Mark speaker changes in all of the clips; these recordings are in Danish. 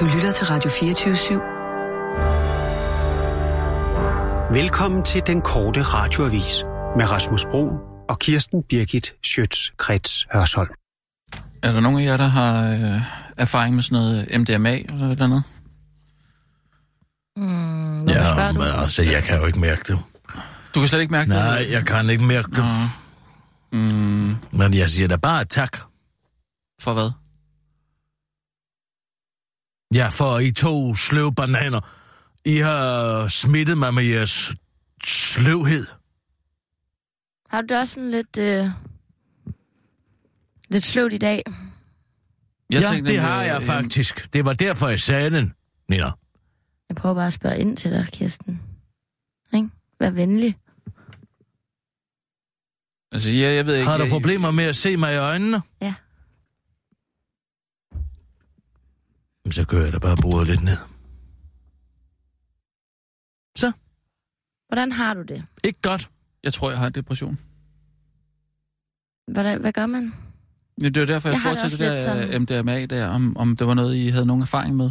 Speaker 1: Du lytter til Radio 24-7.
Speaker 2: Velkommen til den korte radioavis med Rasmus Bro og Kirsten Birgit Schøtz-Krets Hørsholm.
Speaker 3: Er der nogen af jer, der har øh, erfaring med sådan noget MDMA eller et eller andet?
Speaker 4: Mm,
Speaker 5: Ja, men altså, jeg kan jo ikke mærke det.
Speaker 3: Du kan slet ikke mærke det?
Speaker 5: Nej, jeg kan ikke mærke det.
Speaker 3: Mm,
Speaker 5: Men jeg siger da bare tak.
Speaker 3: for hvad?
Speaker 5: Ja, for I to sløv bananer. I har smittet mig med jeres sløvhed.
Speaker 4: Har du det også sådan lidt... Øh, lidt sløvt i dag?
Speaker 5: Jeg ja, det
Speaker 3: nemlig,
Speaker 5: har jeg
Speaker 3: øh,
Speaker 5: faktisk. Det var derfor, jeg sagde den, Nina.
Speaker 4: Jeg prøver bare at spørge ind til dig, Kirsten. Ikke? Vær venlig.
Speaker 3: Altså, ja, jeg ved ikke...
Speaker 5: Har du
Speaker 3: jeg-
Speaker 5: problemer med at se mig i øjnene?
Speaker 4: Ja.
Speaker 5: Jamen, Så kører jeg da bare bordet lidt ned. Så,
Speaker 4: Hvordan har du det?
Speaker 5: ikke godt.
Speaker 3: Jeg tror, jeg har depression.
Speaker 4: Hvordan, hvad gør man?
Speaker 3: Ja, det var derfor, jeg,
Speaker 4: Jeg har det
Speaker 3: spurgte til det
Speaker 4: også
Speaker 3: der øh,
Speaker 4: lidt
Speaker 3: MDMA der, om, om det var noget, I havde nogen erfaring med.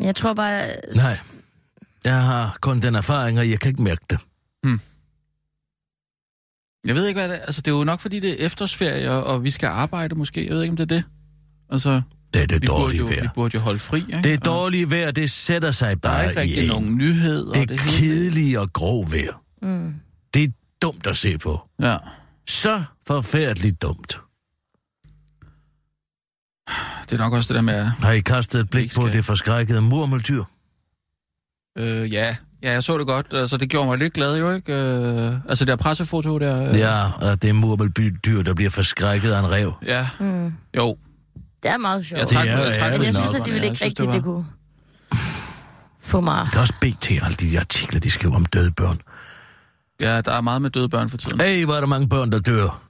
Speaker 4: Jeg tror bare...
Speaker 5: Nej. Jeg har kun den erfaring, og jeg kan ikke mærke det.
Speaker 3: Jeg ved ikke, hvad det er. Altså, det er jo nok, fordi det er efterårsferie, og, og vi skal arbejde måske. Jeg ved ikke, om det er det. Altså,
Speaker 5: Det er det
Speaker 3: vi, burde
Speaker 5: dårlige
Speaker 3: jo, vi
Speaker 5: vejr.
Speaker 3: burde jo holde fri, ikke?
Speaker 5: Det
Speaker 3: Og
Speaker 5: dårlige vejr, det sætter sig
Speaker 3: Der
Speaker 5: bare
Speaker 3: er ikke rigtig
Speaker 5: i en.
Speaker 3: nogen nyheder. og
Speaker 5: Det er
Speaker 3: hele.
Speaker 5: kedelige og grå vejr.
Speaker 4: Mm.
Speaker 5: Det er dumt at se på.
Speaker 3: Ja.
Speaker 5: Så forfærdeligt dumt.
Speaker 3: Det er nok også det der med...
Speaker 5: Har I kastet et blik
Speaker 3: Ikke
Speaker 5: på
Speaker 3: skal.
Speaker 5: det forskrækkede murmeldyr?
Speaker 3: Øh, ja. ja, jeg så det godt. Altså, det gjorde mig lidt glad, jo ikke? Øh, altså, det der pressefoto der... Øh,
Speaker 5: Ja, og det murmeldyr, der bliver forskrækket af en rev.
Speaker 3: Ja,
Speaker 4: Mm.
Speaker 3: jo.
Speaker 4: Det er meget sjovt.
Speaker 3: Jeg trak,
Speaker 5: Det
Speaker 3: mig-
Speaker 5: er
Speaker 3: jeg trak,
Speaker 5: ærgerligt
Speaker 3: mig
Speaker 4: Men jeg
Speaker 3: lidt
Speaker 5: nok.
Speaker 4: synes,
Speaker 3: over
Speaker 4: at de ville
Speaker 3: jeg
Speaker 4: ikke
Speaker 3: synes,
Speaker 4: rigtigt, det,
Speaker 3: var-
Speaker 4: kunne få mig.
Speaker 5: Der er også BT alle de artikler, de skriver om døde børn.
Speaker 3: Ja, der er meget med døde børn for tiden.
Speaker 5: Hey, hvor er der mange børn, der dør.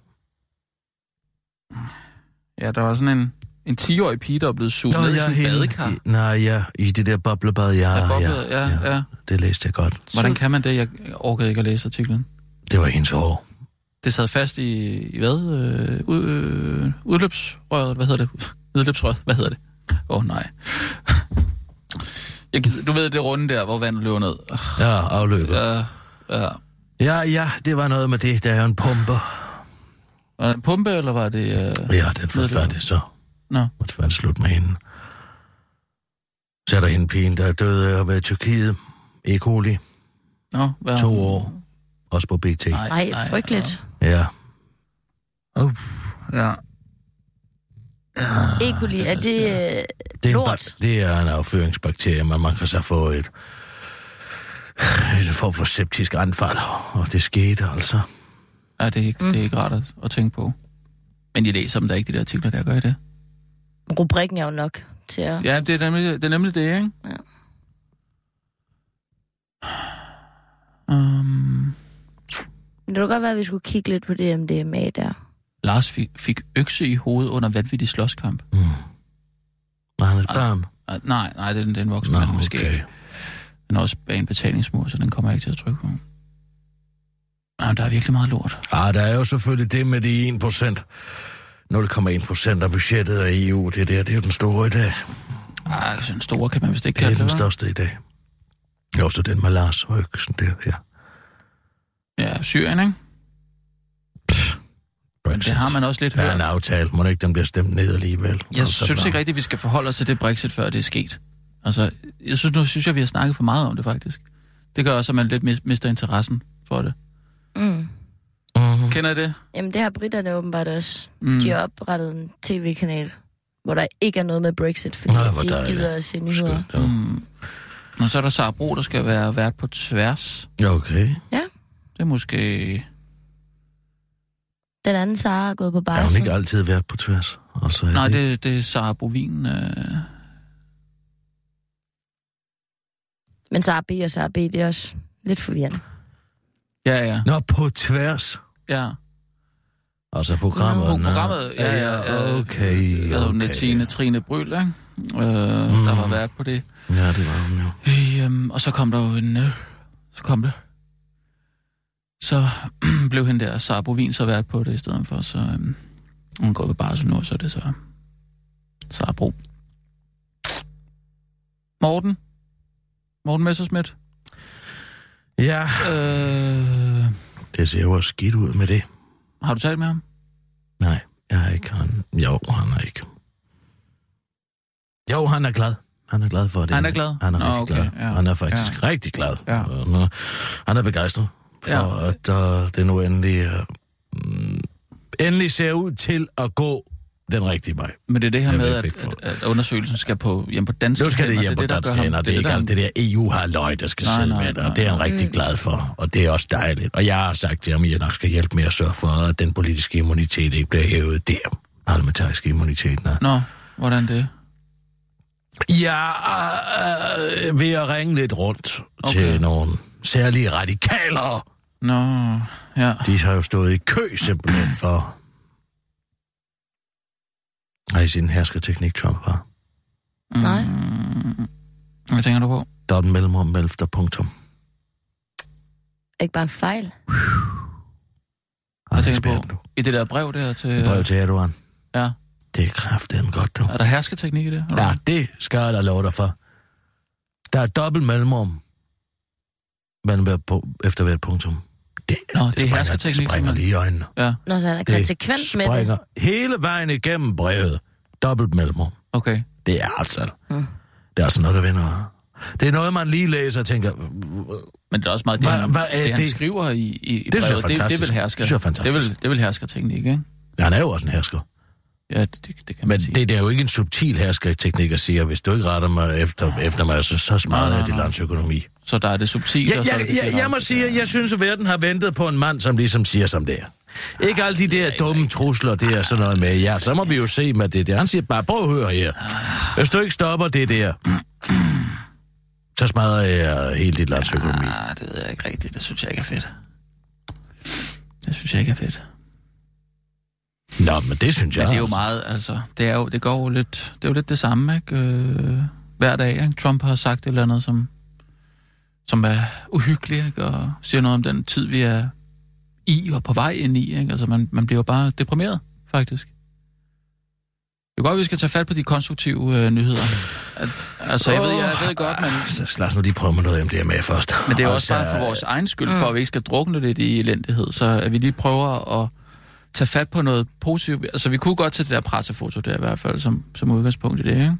Speaker 3: Ja, der var sådan en, en 10-årig pige, der er blevet suget ned i sådan en
Speaker 5: henne-
Speaker 3: badekar.
Speaker 5: i- Nej, ja, i det der boblebad, ja,
Speaker 3: Der
Speaker 5: Ah, ja,
Speaker 3: boblede, ja, ja, ja.
Speaker 5: Det læste jeg godt.
Speaker 3: Hvordan kan man det? Jeg orkede ikke at læse artiklen.
Speaker 5: Det var hendes år.
Speaker 3: Det sad fast i, i hvad? Øh, ud, øh, udløbsrøret? Hvad hedder det? Udløbsrøret? Hvad hedder det? Åh, oh, nej. Jeg gider, du ved det runde der, hvor vandet løber ned.
Speaker 5: Ja, afløbet.
Speaker 3: Ja, ja.
Speaker 5: Ja, ja, det var noget med det. Der er jo en pumpe.
Speaker 3: Var det en pumpe, eller var det... Øh...
Speaker 5: Ja, den forfærdelige så.
Speaker 3: Nå.
Speaker 5: Og det var en slut med hende. Så er der hende pigen, der er død af at være i Tyrkiet. E. coli,
Speaker 3: Nå, hvad?
Speaker 5: to år. Også på BT.
Speaker 4: Nej,
Speaker 3: altså,
Speaker 4: frygteligt.
Speaker 5: Ja.
Speaker 3: Ja.
Speaker 4: Ekoli, er det... Øh,
Speaker 5: Det er, en,
Speaker 4: Lort.
Speaker 5: bak- det er en afføringsbakterie, men man kan så få et, et form for septisk anfald. Og det skete altså.
Speaker 3: ja det, er ikke,
Speaker 4: Mm.
Speaker 3: det er ikke rart at, at tænke på. Men I læser om der ikke de der artikler, der gør I det.
Speaker 4: øh, rubrikken er jo nok til at...
Speaker 3: Ja, det er nemlig det, er nemlig det ikke?
Speaker 4: Ja.
Speaker 3: Um,
Speaker 4: Men det kunne godt være, at vi skulle kigge lidt på det MDMA der.
Speaker 3: Lars fik, fik økse i hovedet under vanvittig slåskamp.
Speaker 5: Mm. Var han et
Speaker 3: Ej,
Speaker 5: barn?
Speaker 3: Ah, Nej, nej, det er den, den voksne
Speaker 5: Nå,
Speaker 3: mand måske.
Speaker 5: okay.
Speaker 3: ikke. Den er også bag en betalingsmur, så den kommer jeg ikke til at trykke på. Nej, men der er virkelig meget lort.
Speaker 5: Ah, der er jo selvfølgelig det med de 1 procent. 0,1 procent af budgettet af EU, det der, det er jo den store i dag.
Speaker 3: Ej, sådan store kan man vist ikke
Speaker 5: Det er
Speaker 3: kalde
Speaker 5: den
Speaker 3: det, hva'?
Speaker 5: største i dag. Jo, så den med Lars og Øksen der, ja.
Speaker 3: Ja, Syrien, ikke? Men
Speaker 5: Brexit.
Speaker 3: det har man også lidt
Speaker 5: Der er
Speaker 3: hørt.
Speaker 5: en aftale, må ikke den bliver stemt ned alligevel. Altså,
Speaker 3: Jeg synes ikke rigtigt, at vi skal forholde os til det Brexit, før det er sket. Altså, jeg synes, nu synes jeg, vi har snakket for meget om det, faktisk. Det gør også, at man lidt mis- mister interessen for det.
Speaker 4: Mm.
Speaker 5: Mm-hmm.
Speaker 3: Kender I det?
Speaker 4: Jamen, det har britterne åbenbart også. Mm. De har oprettet en tv-kanal, hvor der ikke er noget med Brexit, fordi
Speaker 5: Nå,
Speaker 4: Nå,
Speaker 5: hvor
Speaker 4: de ikke
Speaker 5: dejligt.
Speaker 4: gider at se nyheder.
Speaker 5: Skønt. ja.
Speaker 3: Mm. Og så er der Sara Bro, der skal være vært på tværs.
Speaker 5: Ja, okay.
Speaker 3: Det er måske...
Speaker 4: Den anden Sara er gået på
Speaker 5: Har hun
Speaker 4: barsel.
Speaker 5: ikke altid været på tværs? Altså, er
Speaker 3: Nej, det, det er Sara Bovin. Øh...
Speaker 4: Men Sara B og Sara B, det er også lidt forvirrende.
Speaker 3: Ja, ja.
Speaker 5: Nå, på tværs.
Speaker 3: ja.
Speaker 5: Altså programmet.
Speaker 3: Pro- Programmet, ja, ja, ja.
Speaker 5: okay,
Speaker 3: Hvad hedder hun?
Speaker 5: okay.
Speaker 3: Tine Trine Bryl, ikke? Øh, mm. Der var vært på det.
Speaker 5: Ja, det var hun jo.
Speaker 3: Øhm, og så kom der jo en... Øh, så kom det. Så blev hende der Sara Bovin så vært på det i stedet for, så øhm, hun går ved barsel nu, og så er det så Sara Bro. Morten? Morten Messerschmidt?
Speaker 5: Ja,
Speaker 3: Øh,
Speaker 5: det ser jo også skidt ud med det.
Speaker 3: har du talt med ham?
Speaker 5: Nej, jeg er ikke han. Jo, han er ikke. Jo, han er glad. Han er glad for det.
Speaker 3: Han er glad?
Speaker 5: Han er
Speaker 3: Nå,
Speaker 5: rigtig
Speaker 3: okay,
Speaker 5: glad.
Speaker 3: ja.
Speaker 5: Han er faktisk ja. rigtig glad.
Speaker 3: Ja.
Speaker 5: Han, er, han er begejstret for,
Speaker 3: Ja.
Speaker 5: ja. at uh, det nu endelig, uh, endelig ser ud til at gå den rigtige vej.
Speaker 3: Men det er det her
Speaker 5: Jeg
Speaker 3: med,
Speaker 5: ved
Speaker 3: at,
Speaker 5: ikke, hvorfor.
Speaker 3: at, at undersøgelsen skal på, hjem på danske
Speaker 5: Nu skal det
Speaker 3: hænder.
Speaker 5: hjem på
Speaker 3: der
Speaker 5: danske
Speaker 3: gør ham-
Speaker 5: hænder. Det er ikke
Speaker 3: der-
Speaker 5: alt det der eu har løg, der skal
Speaker 3: Nej,
Speaker 5: sidde
Speaker 3: nej,
Speaker 5: med det,
Speaker 3: nej,
Speaker 5: og det er han rigtig glad for. Og det er også dejligt. Og jeg har sagt til ham, at jeg nok skal hjælpe med at sørge for, at den politiske immunitet ikke bliver hævet der. Parlamentariske immunitet, nej.
Speaker 3: Nå, hvordan det?
Speaker 5: Ja, øh, øh, ved at ringe lidt rundt okay.
Speaker 3: Okay.
Speaker 5: til nogle særlige radikaler.
Speaker 3: Nå, ja.
Speaker 5: De har jo stået i kø simpelthen for... Nej, sin herskerteknik, Trump har.
Speaker 4: Nej.
Speaker 3: Mm. Hvad tænker du på?
Speaker 5: Der er et mellemrum mellem der punktum.
Speaker 4: Er ikke bare en fejl?
Speaker 3: Hvad
Speaker 5: Anders
Speaker 3: tænker du
Speaker 5: Bjerg,
Speaker 3: på? Øh. I det der brev der til...
Speaker 5: Et Brev til Erdogan.
Speaker 3: Ja.
Speaker 5: Det er kraftedeme godt, du.
Speaker 3: Er der hersketeknik i det? eller
Speaker 5: Ja,
Speaker 3: hvad?
Speaker 5: det skal jeg da love dig for. Der er dobbelt mellemrum mellem hver på, efter hvert punktum. Det,
Speaker 3: Nå, det er
Speaker 5: springer-
Speaker 3: herskerteknik,
Speaker 5: Det springer
Speaker 3: simpelthen.
Speaker 5: lige i øjnene.
Speaker 3: Ja,
Speaker 4: Nå, så er der konsekvens med det.
Speaker 5: springer hele vejen igennem brevet. Dobbelt mellemrum.
Speaker 3: okay.
Speaker 5: Det er altså... Mm. Det er altså noget, der vinder. Det er noget, man lige læser og tænker...
Speaker 3: Men det er også meget det,
Speaker 5: Hvad-
Speaker 3: han,
Speaker 5: hvad er
Speaker 3: det, han
Speaker 5: det?
Speaker 3: skriver i, i, i
Speaker 5: Det synes jeg er
Speaker 3: brevet. det, det
Speaker 5: fantastisk.
Speaker 3: vil hersker.
Speaker 5: Det synes jeg er fantastisk.
Speaker 3: Det vil, det vil herskerteknik, ikke?
Speaker 5: Han er jo også en hersker.
Speaker 3: Ja, det, det, det kan man
Speaker 5: Men
Speaker 3: sige.
Speaker 5: det, det er jo ikke en subtil herskerteknik at sige, at hvis du ikke retter mig efter, efter mig, så, så smadrer
Speaker 3: Nej,
Speaker 5: jeg
Speaker 3: nej,
Speaker 5: dit
Speaker 3: nej.
Speaker 5: lands økonomi.
Speaker 3: Så der er det subtile,
Speaker 5: Ja,
Speaker 3: og så er
Speaker 5: ja,
Speaker 3: det det
Speaker 5: ja, jeg må
Speaker 3: generelle.
Speaker 5: sige, at jeg synes, at verden har ventet på en mand, som ligesom siger, som det er. Ikke alle de der dumme trusler, det er sådan noget med, ja, så må vi jo se med det der. Han siger bare, prøv at høre her. Hvis du ikke stopper det der, så smadrer jeg hele dit lands økonomi.
Speaker 3: Ah, det ved jeg ikke rigtigt. Det synes jeg ikke er fedt. Det synes jeg ikke er fedt.
Speaker 5: Nå, men det synes
Speaker 3: Ja,
Speaker 5: jeg.
Speaker 3: men det er jo
Speaker 5: altså.
Speaker 3: meget, altså, det, er jo, det går jo lidt, det er jo lidt det samme, ikke? Øh, hver dag, ikke? Trump har sagt et eller andet, som, som er uhyggeligt, ikke? Og siger noget om den tid, vi er i og på vej ind i, ikke? Altså, man, man bliver jo bare deprimeret, faktisk. Det er godt, at vi skal tage fat på de konstruktive øh, nyheder. At, altså, jeg ved, jeg ved godt, men,
Speaker 5: Så lad os nu lige prøve med noget MDMA først.
Speaker 3: men det er jo også
Speaker 5: Altså,
Speaker 3: bare for vores egen skyld,
Speaker 4: Mm.
Speaker 3: for at vi ikke skal drukne lidt i elendighed, så at vi lige prøver at tage fat på noget positivt. Altså, vi kunne godt tage det der pressefoto der i hvert fald, som, som udgangspunkt i det, ikke?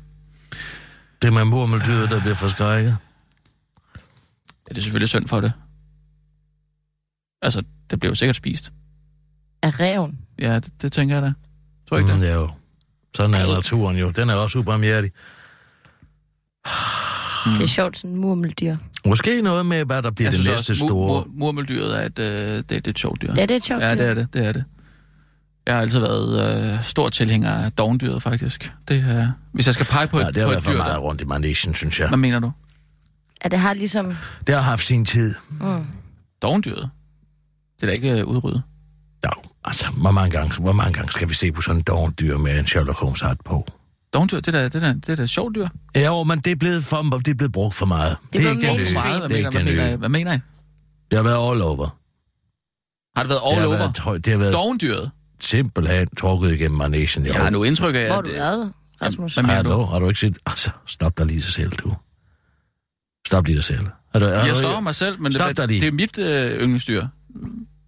Speaker 5: Det er med murmeldyret, der bliver forskrækket.
Speaker 3: Ja, det er selvfølgelig synd for det. Altså, det blev jo sikkert spist.
Speaker 4: Er reven?
Speaker 3: Ja, det, det tænker jeg da. Tror ikke
Speaker 5: Mm,
Speaker 3: mm, det?
Speaker 5: det er jo. Sådan er naturen jo. Den er også ubarmhjertig.
Speaker 4: Det
Speaker 3: Mm.
Speaker 4: er sjovt, sådan en murmeldyr.
Speaker 5: Måske noget med, hvad der bliver det næste
Speaker 3: mu-
Speaker 5: store...
Speaker 3: Mur, murmeldyret er et, øh, det, det er et sjovt dyr.
Speaker 4: Ja, det er et sjovt
Speaker 3: ja, det
Speaker 4: dyr.
Speaker 3: er det, det er det. Jeg har altid været øh, stor tilhænger af dovendyret, faktisk. Det er, hvis jeg skal pege på et,
Speaker 5: Nej, det har
Speaker 3: på
Speaker 5: været
Speaker 3: et
Speaker 5: for
Speaker 3: dyr,
Speaker 5: meget
Speaker 3: der,
Speaker 5: rundt i manegen, synes jeg.
Speaker 3: hvad mener du?
Speaker 4: At det har ligesom...
Speaker 5: Det har haft sin tid.
Speaker 4: Mm.
Speaker 3: Dovendyret? Det er da ikke øh, udryddet.
Speaker 5: Nå, altså, hvor mange, gange, hvor mange gange skal vi se på sådan en dårlig dyr med en Sherlock Holmes hat på?
Speaker 3: Dovendyr, det er da, det er da, det er da et sjovt dyr.
Speaker 5: Ja, jo, men det er blevet, for, det er blevet brugt for meget.
Speaker 4: Det er
Speaker 5: ikke
Speaker 4: blevet
Speaker 5: den nye.
Speaker 3: For meget,
Speaker 5: Det er ikke
Speaker 3: hvad,
Speaker 5: den
Speaker 3: mener, hvad,
Speaker 5: nye.
Speaker 3: mener, I? hvad mener I?
Speaker 5: Det har været all over.
Speaker 3: Har det været
Speaker 5: Det
Speaker 3: all
Speaker 5: har
Speaker 3: over?
Speaker 5: været, tøj- det har været
Speaker 3: Dovendyret?
Speaker 5: simpelthen trukket igennem manegen.
Speaker 3: Jeg har nu indtryk af,
Speaker 4: Hvor har
Speaker 3: at...
Speaker 4: du
Speaker 3: øh,
Speaker 4: været, Rasmus?
Speaker 3: Jamen, Hvad mener du?
Speaker 5: Hallo, har du ikke set... Altså, stop dig lige dig selv, du. Stop lige dig selv. Er du, er
Speaker 3: Jeg
Speaker 5: du-
Speaker 3: stopper mig selv, men det,
Speaker 5: Stop dig lige.
Speaker 3: det er mit øh, yndlingsdyr.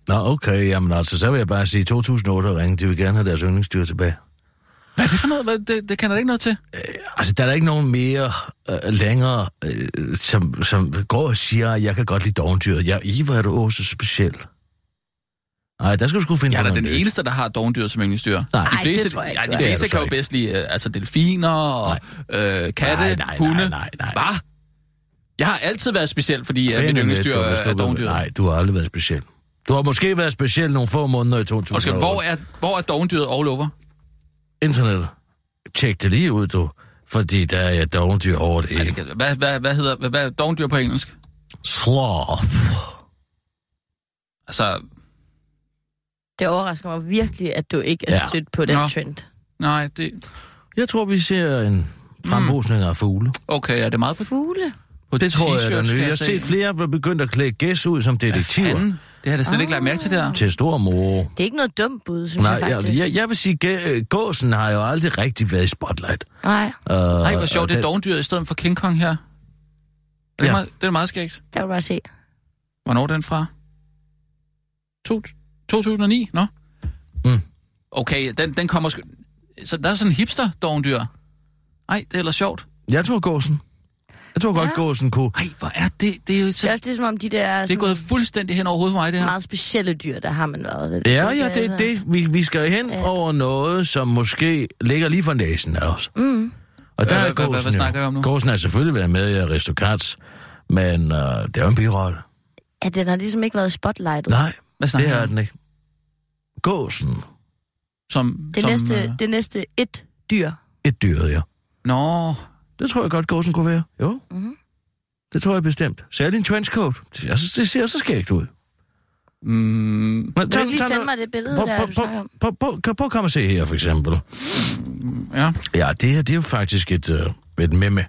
Speaker 5: Nå, okay, jamen altså, så vil jeg bare sige, 2008 ringe, de vil gerne have deres yndlingsdyr tilbage.
Speaker 3: Hvad er det for noget? Hvad, det, det kan der ikke noget til.
Speaker 5: Altså, der er der ikke nogen mere øh, længere, øh, som, som går og siger, jeg kan godt lide dovendyret. Jeg, I, hvor er du også speciel. Nej, der skal du sgu finde
Speaker 3: Jeg er
Speaker 5: på
Speaker 3: da
Speaker 5: noget
Speaker 3: den
Speaker 5: nyt.
Speaker 3: eneste, der har dovendyr som yndlingsdyr.
Speaker 5: Nej,
Speaker 3: de
Speaker 5: Ej,
Speaker 3: fleste,
Speaker 4: det tror jeg ikke,
Speaker 3: ja,
Speaker 4: du
Speaker 3: de
Speaker 4: er.
Speaker 5: Det er
Speaker 3: fleste
Speaker 5: du
Speaker 3: kan
Speaker 5: så
Speaker 3: jo
Speaker 5: ikke.
Speaker 3: bedst lide øh, altså delfiner og øh, katte,
Speaker 5: Nej, nej, nej,
Speaker 3: hunde.
Speaker 5: nej, nej.
Speaker 3: Hvad? Jeg har altid været speciel, fordi øh,
Speaker 5: Find
Speaker 3: mit
Speaker 5: en lidt,
Speaker 3: yndlingsdyr
Speaker 5: du, hvis du
Speaker 3: er
Speaker 5: vil.
Speaker 3: dovendyr.
Speaker 5: Nej, du har aldrig været speciel. Du har måske været speciel nogle få måneder i 2008.
Speaker 3: Oscar, hvor er, hvor er dovendyret all over?
Speaker 5: Internet. Tjek det lige ud, du. Fordi der er dovendyr over det
Speaker 3: Ej,
Speaker 5: hele.
Speaker 3: det kan- Hvad, hvad, hvad hedder hvad, hvad er dovendyr på engelsk?
Speaker 5: Sloth.
Speaker 3: Altså,
Speaker 4: Det overrasker mig virkelig, at du ikke er
Speaker 5: Ja.
Speaker 4: stødt på den
Speaker 3: Nå.
Speaker 4: trend.
Speaker 3: nej, det...
Speaker 5: Jeg tror, vi ser en fremhusning
Speaker 3: Hmm.
Speaker 5: af fugle.
Speaker 3: Okay, er det meget på,
Speaker 4: Fugle?
Speaker 3: på
Speaker 5: Det tror jeg
Speaker 3: t-shirts,
Speaker 5: er den nye.
Speaker 3: kan
Speaker 5: Jeg har set flere, der er begyndt at klæde gæs ud som detektiver. Ah.
Speaker 3: Fanden, Det har jeg da slet ikke lagt mærke til der.
Speaker 5: Til stor mor.
Speaker 4: Det er ikke noget dumt bud, synes
Speaker 5: Nej,
Speaker 4: jeg
Speaker 5: jeg,
Speaker 4: faktisk.
Speaker 5: jeg, jeg vil sige, gæ- øh, gåsen har jo aldrig rigtig været i spotlight.
Speaker 4: Nej,
Speaker 5: Uh,
Speaker 3: Nej, hvor sjovt, det er dogendyret i stedet for King Kong her. Det er,
Speaker 5: Ja.
Speaker 3: ja. meget, det er meget skægt.
Speaker 4: der vil du bare se.
Speaker 3: Hvornår er den fra? To, 2009? Nå?
Speaker 5: Mm.
Speaker 3: Okay, den, den kommer sgu... Så der er sådan en hipster dogendyr. Nej, det er ellers sjovt.
Speaker 5: Jeg tror gåsen. Jeg tror godt,
Speaker 4: Ja.
Speaker 5: gåsen kunne.
Speaker 3: Nej, hvor er det... Det er, jo
Speaker 4: Det er
Speaker 3: så,
Speaker 4: også ligesom om de der
Speaker 3: det er
Speaker 4: sådan,
Speaker 3: gået fuldstændig hen over hovedet på mig, det her.
Speaker 4: meget specielle dyr, der har man været. ved.
Speaker 5: Ja, ja, det er
Speaker 4: altså-
Speaker 5: det. Vi, vi skal hen over noget, som måske ligger lige for næsen af os.
Speaker 4: Mm.
Speaker 5: Og der
Speaker 3: Hvad-
Speaker 5: er
Speaker 3: hvad- hvad-
Speaker 5: gåsen
Speaker 3: hvad snakker vi om nu?
Speaker 5: Gåsen har selvfølgelig været med i Aristocats, men øh, det er jo en birolle.
Speaker 4: Ja, den har ligesom ikke været spotlightet.
Speaker 5: Nej,
Speaker 3: Hvad
Speaker 5: det
Speaker 3: snakker
Speaker 5: er
Speaker 3: om?
Speaker 5: den ikke. Gåsen.
Speaker 3: Som,
Speaker 4: Det,
Speaker 3: som,
Speaker 4: næste,
Speaker 3: øh,
Speaker 4: det næste et dyr.
Speaker 5: Et dyr, ja.
Speaker 3: Nå,
Speaker 5: Det tror jeg godt, gåsen kunne være. Jo.
Speaker 4: Mhm.
Speaker 5: Det tror jeg bestemt. Særligt en trenchcoat. Jeg synes, det ser så skægt ud.
Speaker 3: mm,
Speaker 5: Men,
Speaker 4: Kan du ikke lige sende mig det billede,
Speaker 5: Prøv-
Speaker 4: der
Speaker 5: prøv-
Speaker 4: du
Speaker 5: prøv-
Speaker 4: snakker om?
Speaker 5: prøv- prøv- kan- Prøv at komme og se her, for eksempel.
Speaker 3: ja.
Speaker 5: Ja, det her, det er jo faktisk et, øh, et meme.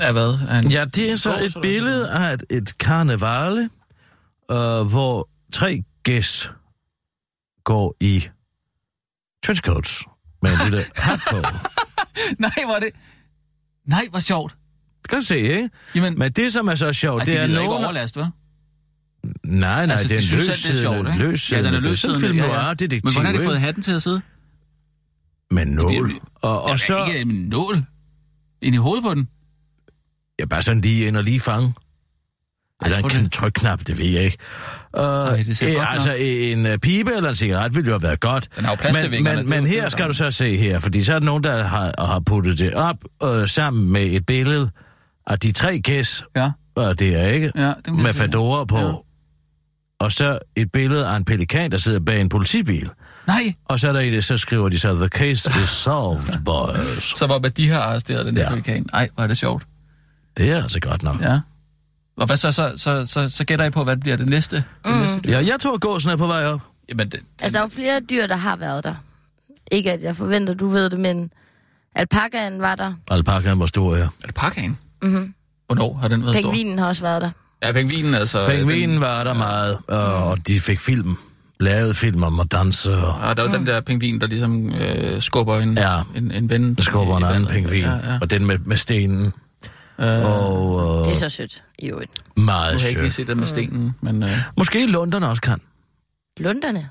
Speaker 3: Er hvad? Er en,
Speaker 5: Ja, det er så
Speaker 3: Gås,
Speaker 5: et
Speaker 3: eller
Speaker 5: billede af et, et karnevale, øh, hvor tre gæs går i trenchcoats med en lille hat på.
Speaker 3: Nej, hvor er det... Nej, hvor sjovt.
Speaker 5: Det kan du se, ikke?
Speaker 3: Jamen,
Speaker 5: Men det, som er så sjovt,
Speaker 3: altså,
Speaker 5: det er
Speaker 3: de lider ikke
Speaker 5: nogen...
Speaker 3: overlast, hva'?
Speaker 5: Nej,
Speaker 3: Altså,
Speaker 5: nej, altså, det
Speaker 3: de
Speaker 5: er en
Speaker 3: synes selv, det er sjovt,
Speaker 5: løssiddende,
Speaker 3: ikke?
Speaker 5: løssiddende.
Speaker 3: Ja, den er
Speaker 5: Sådan
Speaker 3: løssiddende,
Speaker 5: film,
Speaker 3: ja,
Speaker 5: ja,
Speaker 3: ja.
Speaker 5: ja. detektiv,
Speaker 3: Men hvordan har de
Speaker 5: ikke?
Speaker 3: fået hatten til at sidde?
Speaker 5: Med
Speaker 3: bliver-
Speaker 5: nål. Og, og
Speaker 3: Og
Speaker 5: så...
Speaker 3: så... Ikke en nål ind i hovedet på den.
Speaker 5: Ja, bare sådan lige ind og lige fange.
Speaker 3: Ej,
Speaker 5: Eller en
Speaker 3: tror du
Speaker 5: kn-
Speaker 3: det?
Speaker 5: trykknap, det ved jeg ikke. Uh, Ej,
Speaker 3: det ser godt nok.
Speaker 5: altså, en uh, pibe eller en cigaret ville jo have været godt.
Speaker 3: Den har jo plads
Speaker 5: men,
Speaker 3: til vingerne,
Speaker 5: Men,
Speaker 3: det er
Speaker 5: men
Speaker 3: jo- det
Speaker 5: her
Speaker 3: er
Speaker 5: skal
Speaker 3: jo-
Speaker 5: du så se her, fordi så er der nogen, der har, har puttet det op øh, sammen med et billede af de tre gæs,
Speaker 3: Ja,
Speaker 5: og det er ikke,
Speaker 3: ja. Den
Speaker 5: med fedora på.
Speaker 3: Ja.
Speaker 5: Og så et billede af en pelikan, der sidder bag en politibil.
Speaker 3: Nej!
Speaker 5: Og så er der i det, så skriver de så, The case is solved, boys.
Speaker 3: Så var de har arresteret den der
Speaker 5: Ja.
Speaker 3: ja. pelikan. Ej, hvor er det sjovt.
Speaker 5: Det er altså godt nok.
Speaker 3: Ja. Og hvad så, så, så, så, så gætter I på, hvad bliver det næste? Det næste dyr?
Speaker 5: Ja, jeg tror, gåsen er på vej op.
Speaker 3: Jamen, det, det,
Speaker 4: Altså, der er jo flere dyr, der har været der. Ikke at jeg forventer, du ved det, men alpakaen var der.
Speaker 5: Alpakaen var stor, ja.
Speaker 3: alpakaen? Mm-hmm. Hvornår har den været stor?
Speaker 4: Pengvinen har også været der.
Speaker 3: Ja, pengvinen, altså.
Speaker 5: Pengvinen var der meget, og de fik film. Lavet film om at danse, og
Speaker 3: Den, og Ah, der er
Speaker 4: Mm.
Speaker 3: jo den der pengvin, der ligesom øh, skubber en,
Speaker 5: Ja.
Speaker 3: en, en ven.
Speaker 5: der skubber
Speaker 3: i-
Speaker 5: en
Speaker 3: i
Speaker 5: anden
Speaker 3: vandet.
Speaker 5: pengvin.
Speaker 3: Ja, ja.
Speaker 5: Og den med, med stenen. Og
Speaker 4: Det
Speaker 5: øh,
Speaker 4: er så sødt, i øvrigt.
Speaker 3: Nu
Speaker 5: meget
Speaker 3: har jeg ikke lige
Speaker 5: sødt.
Speaker 3: set den
Speaker 4: Mm.
Speaker 3: med stenen, men... Øh,
Speaker 5: Måske lunderne også kan.
Speaker 4: Lunderne.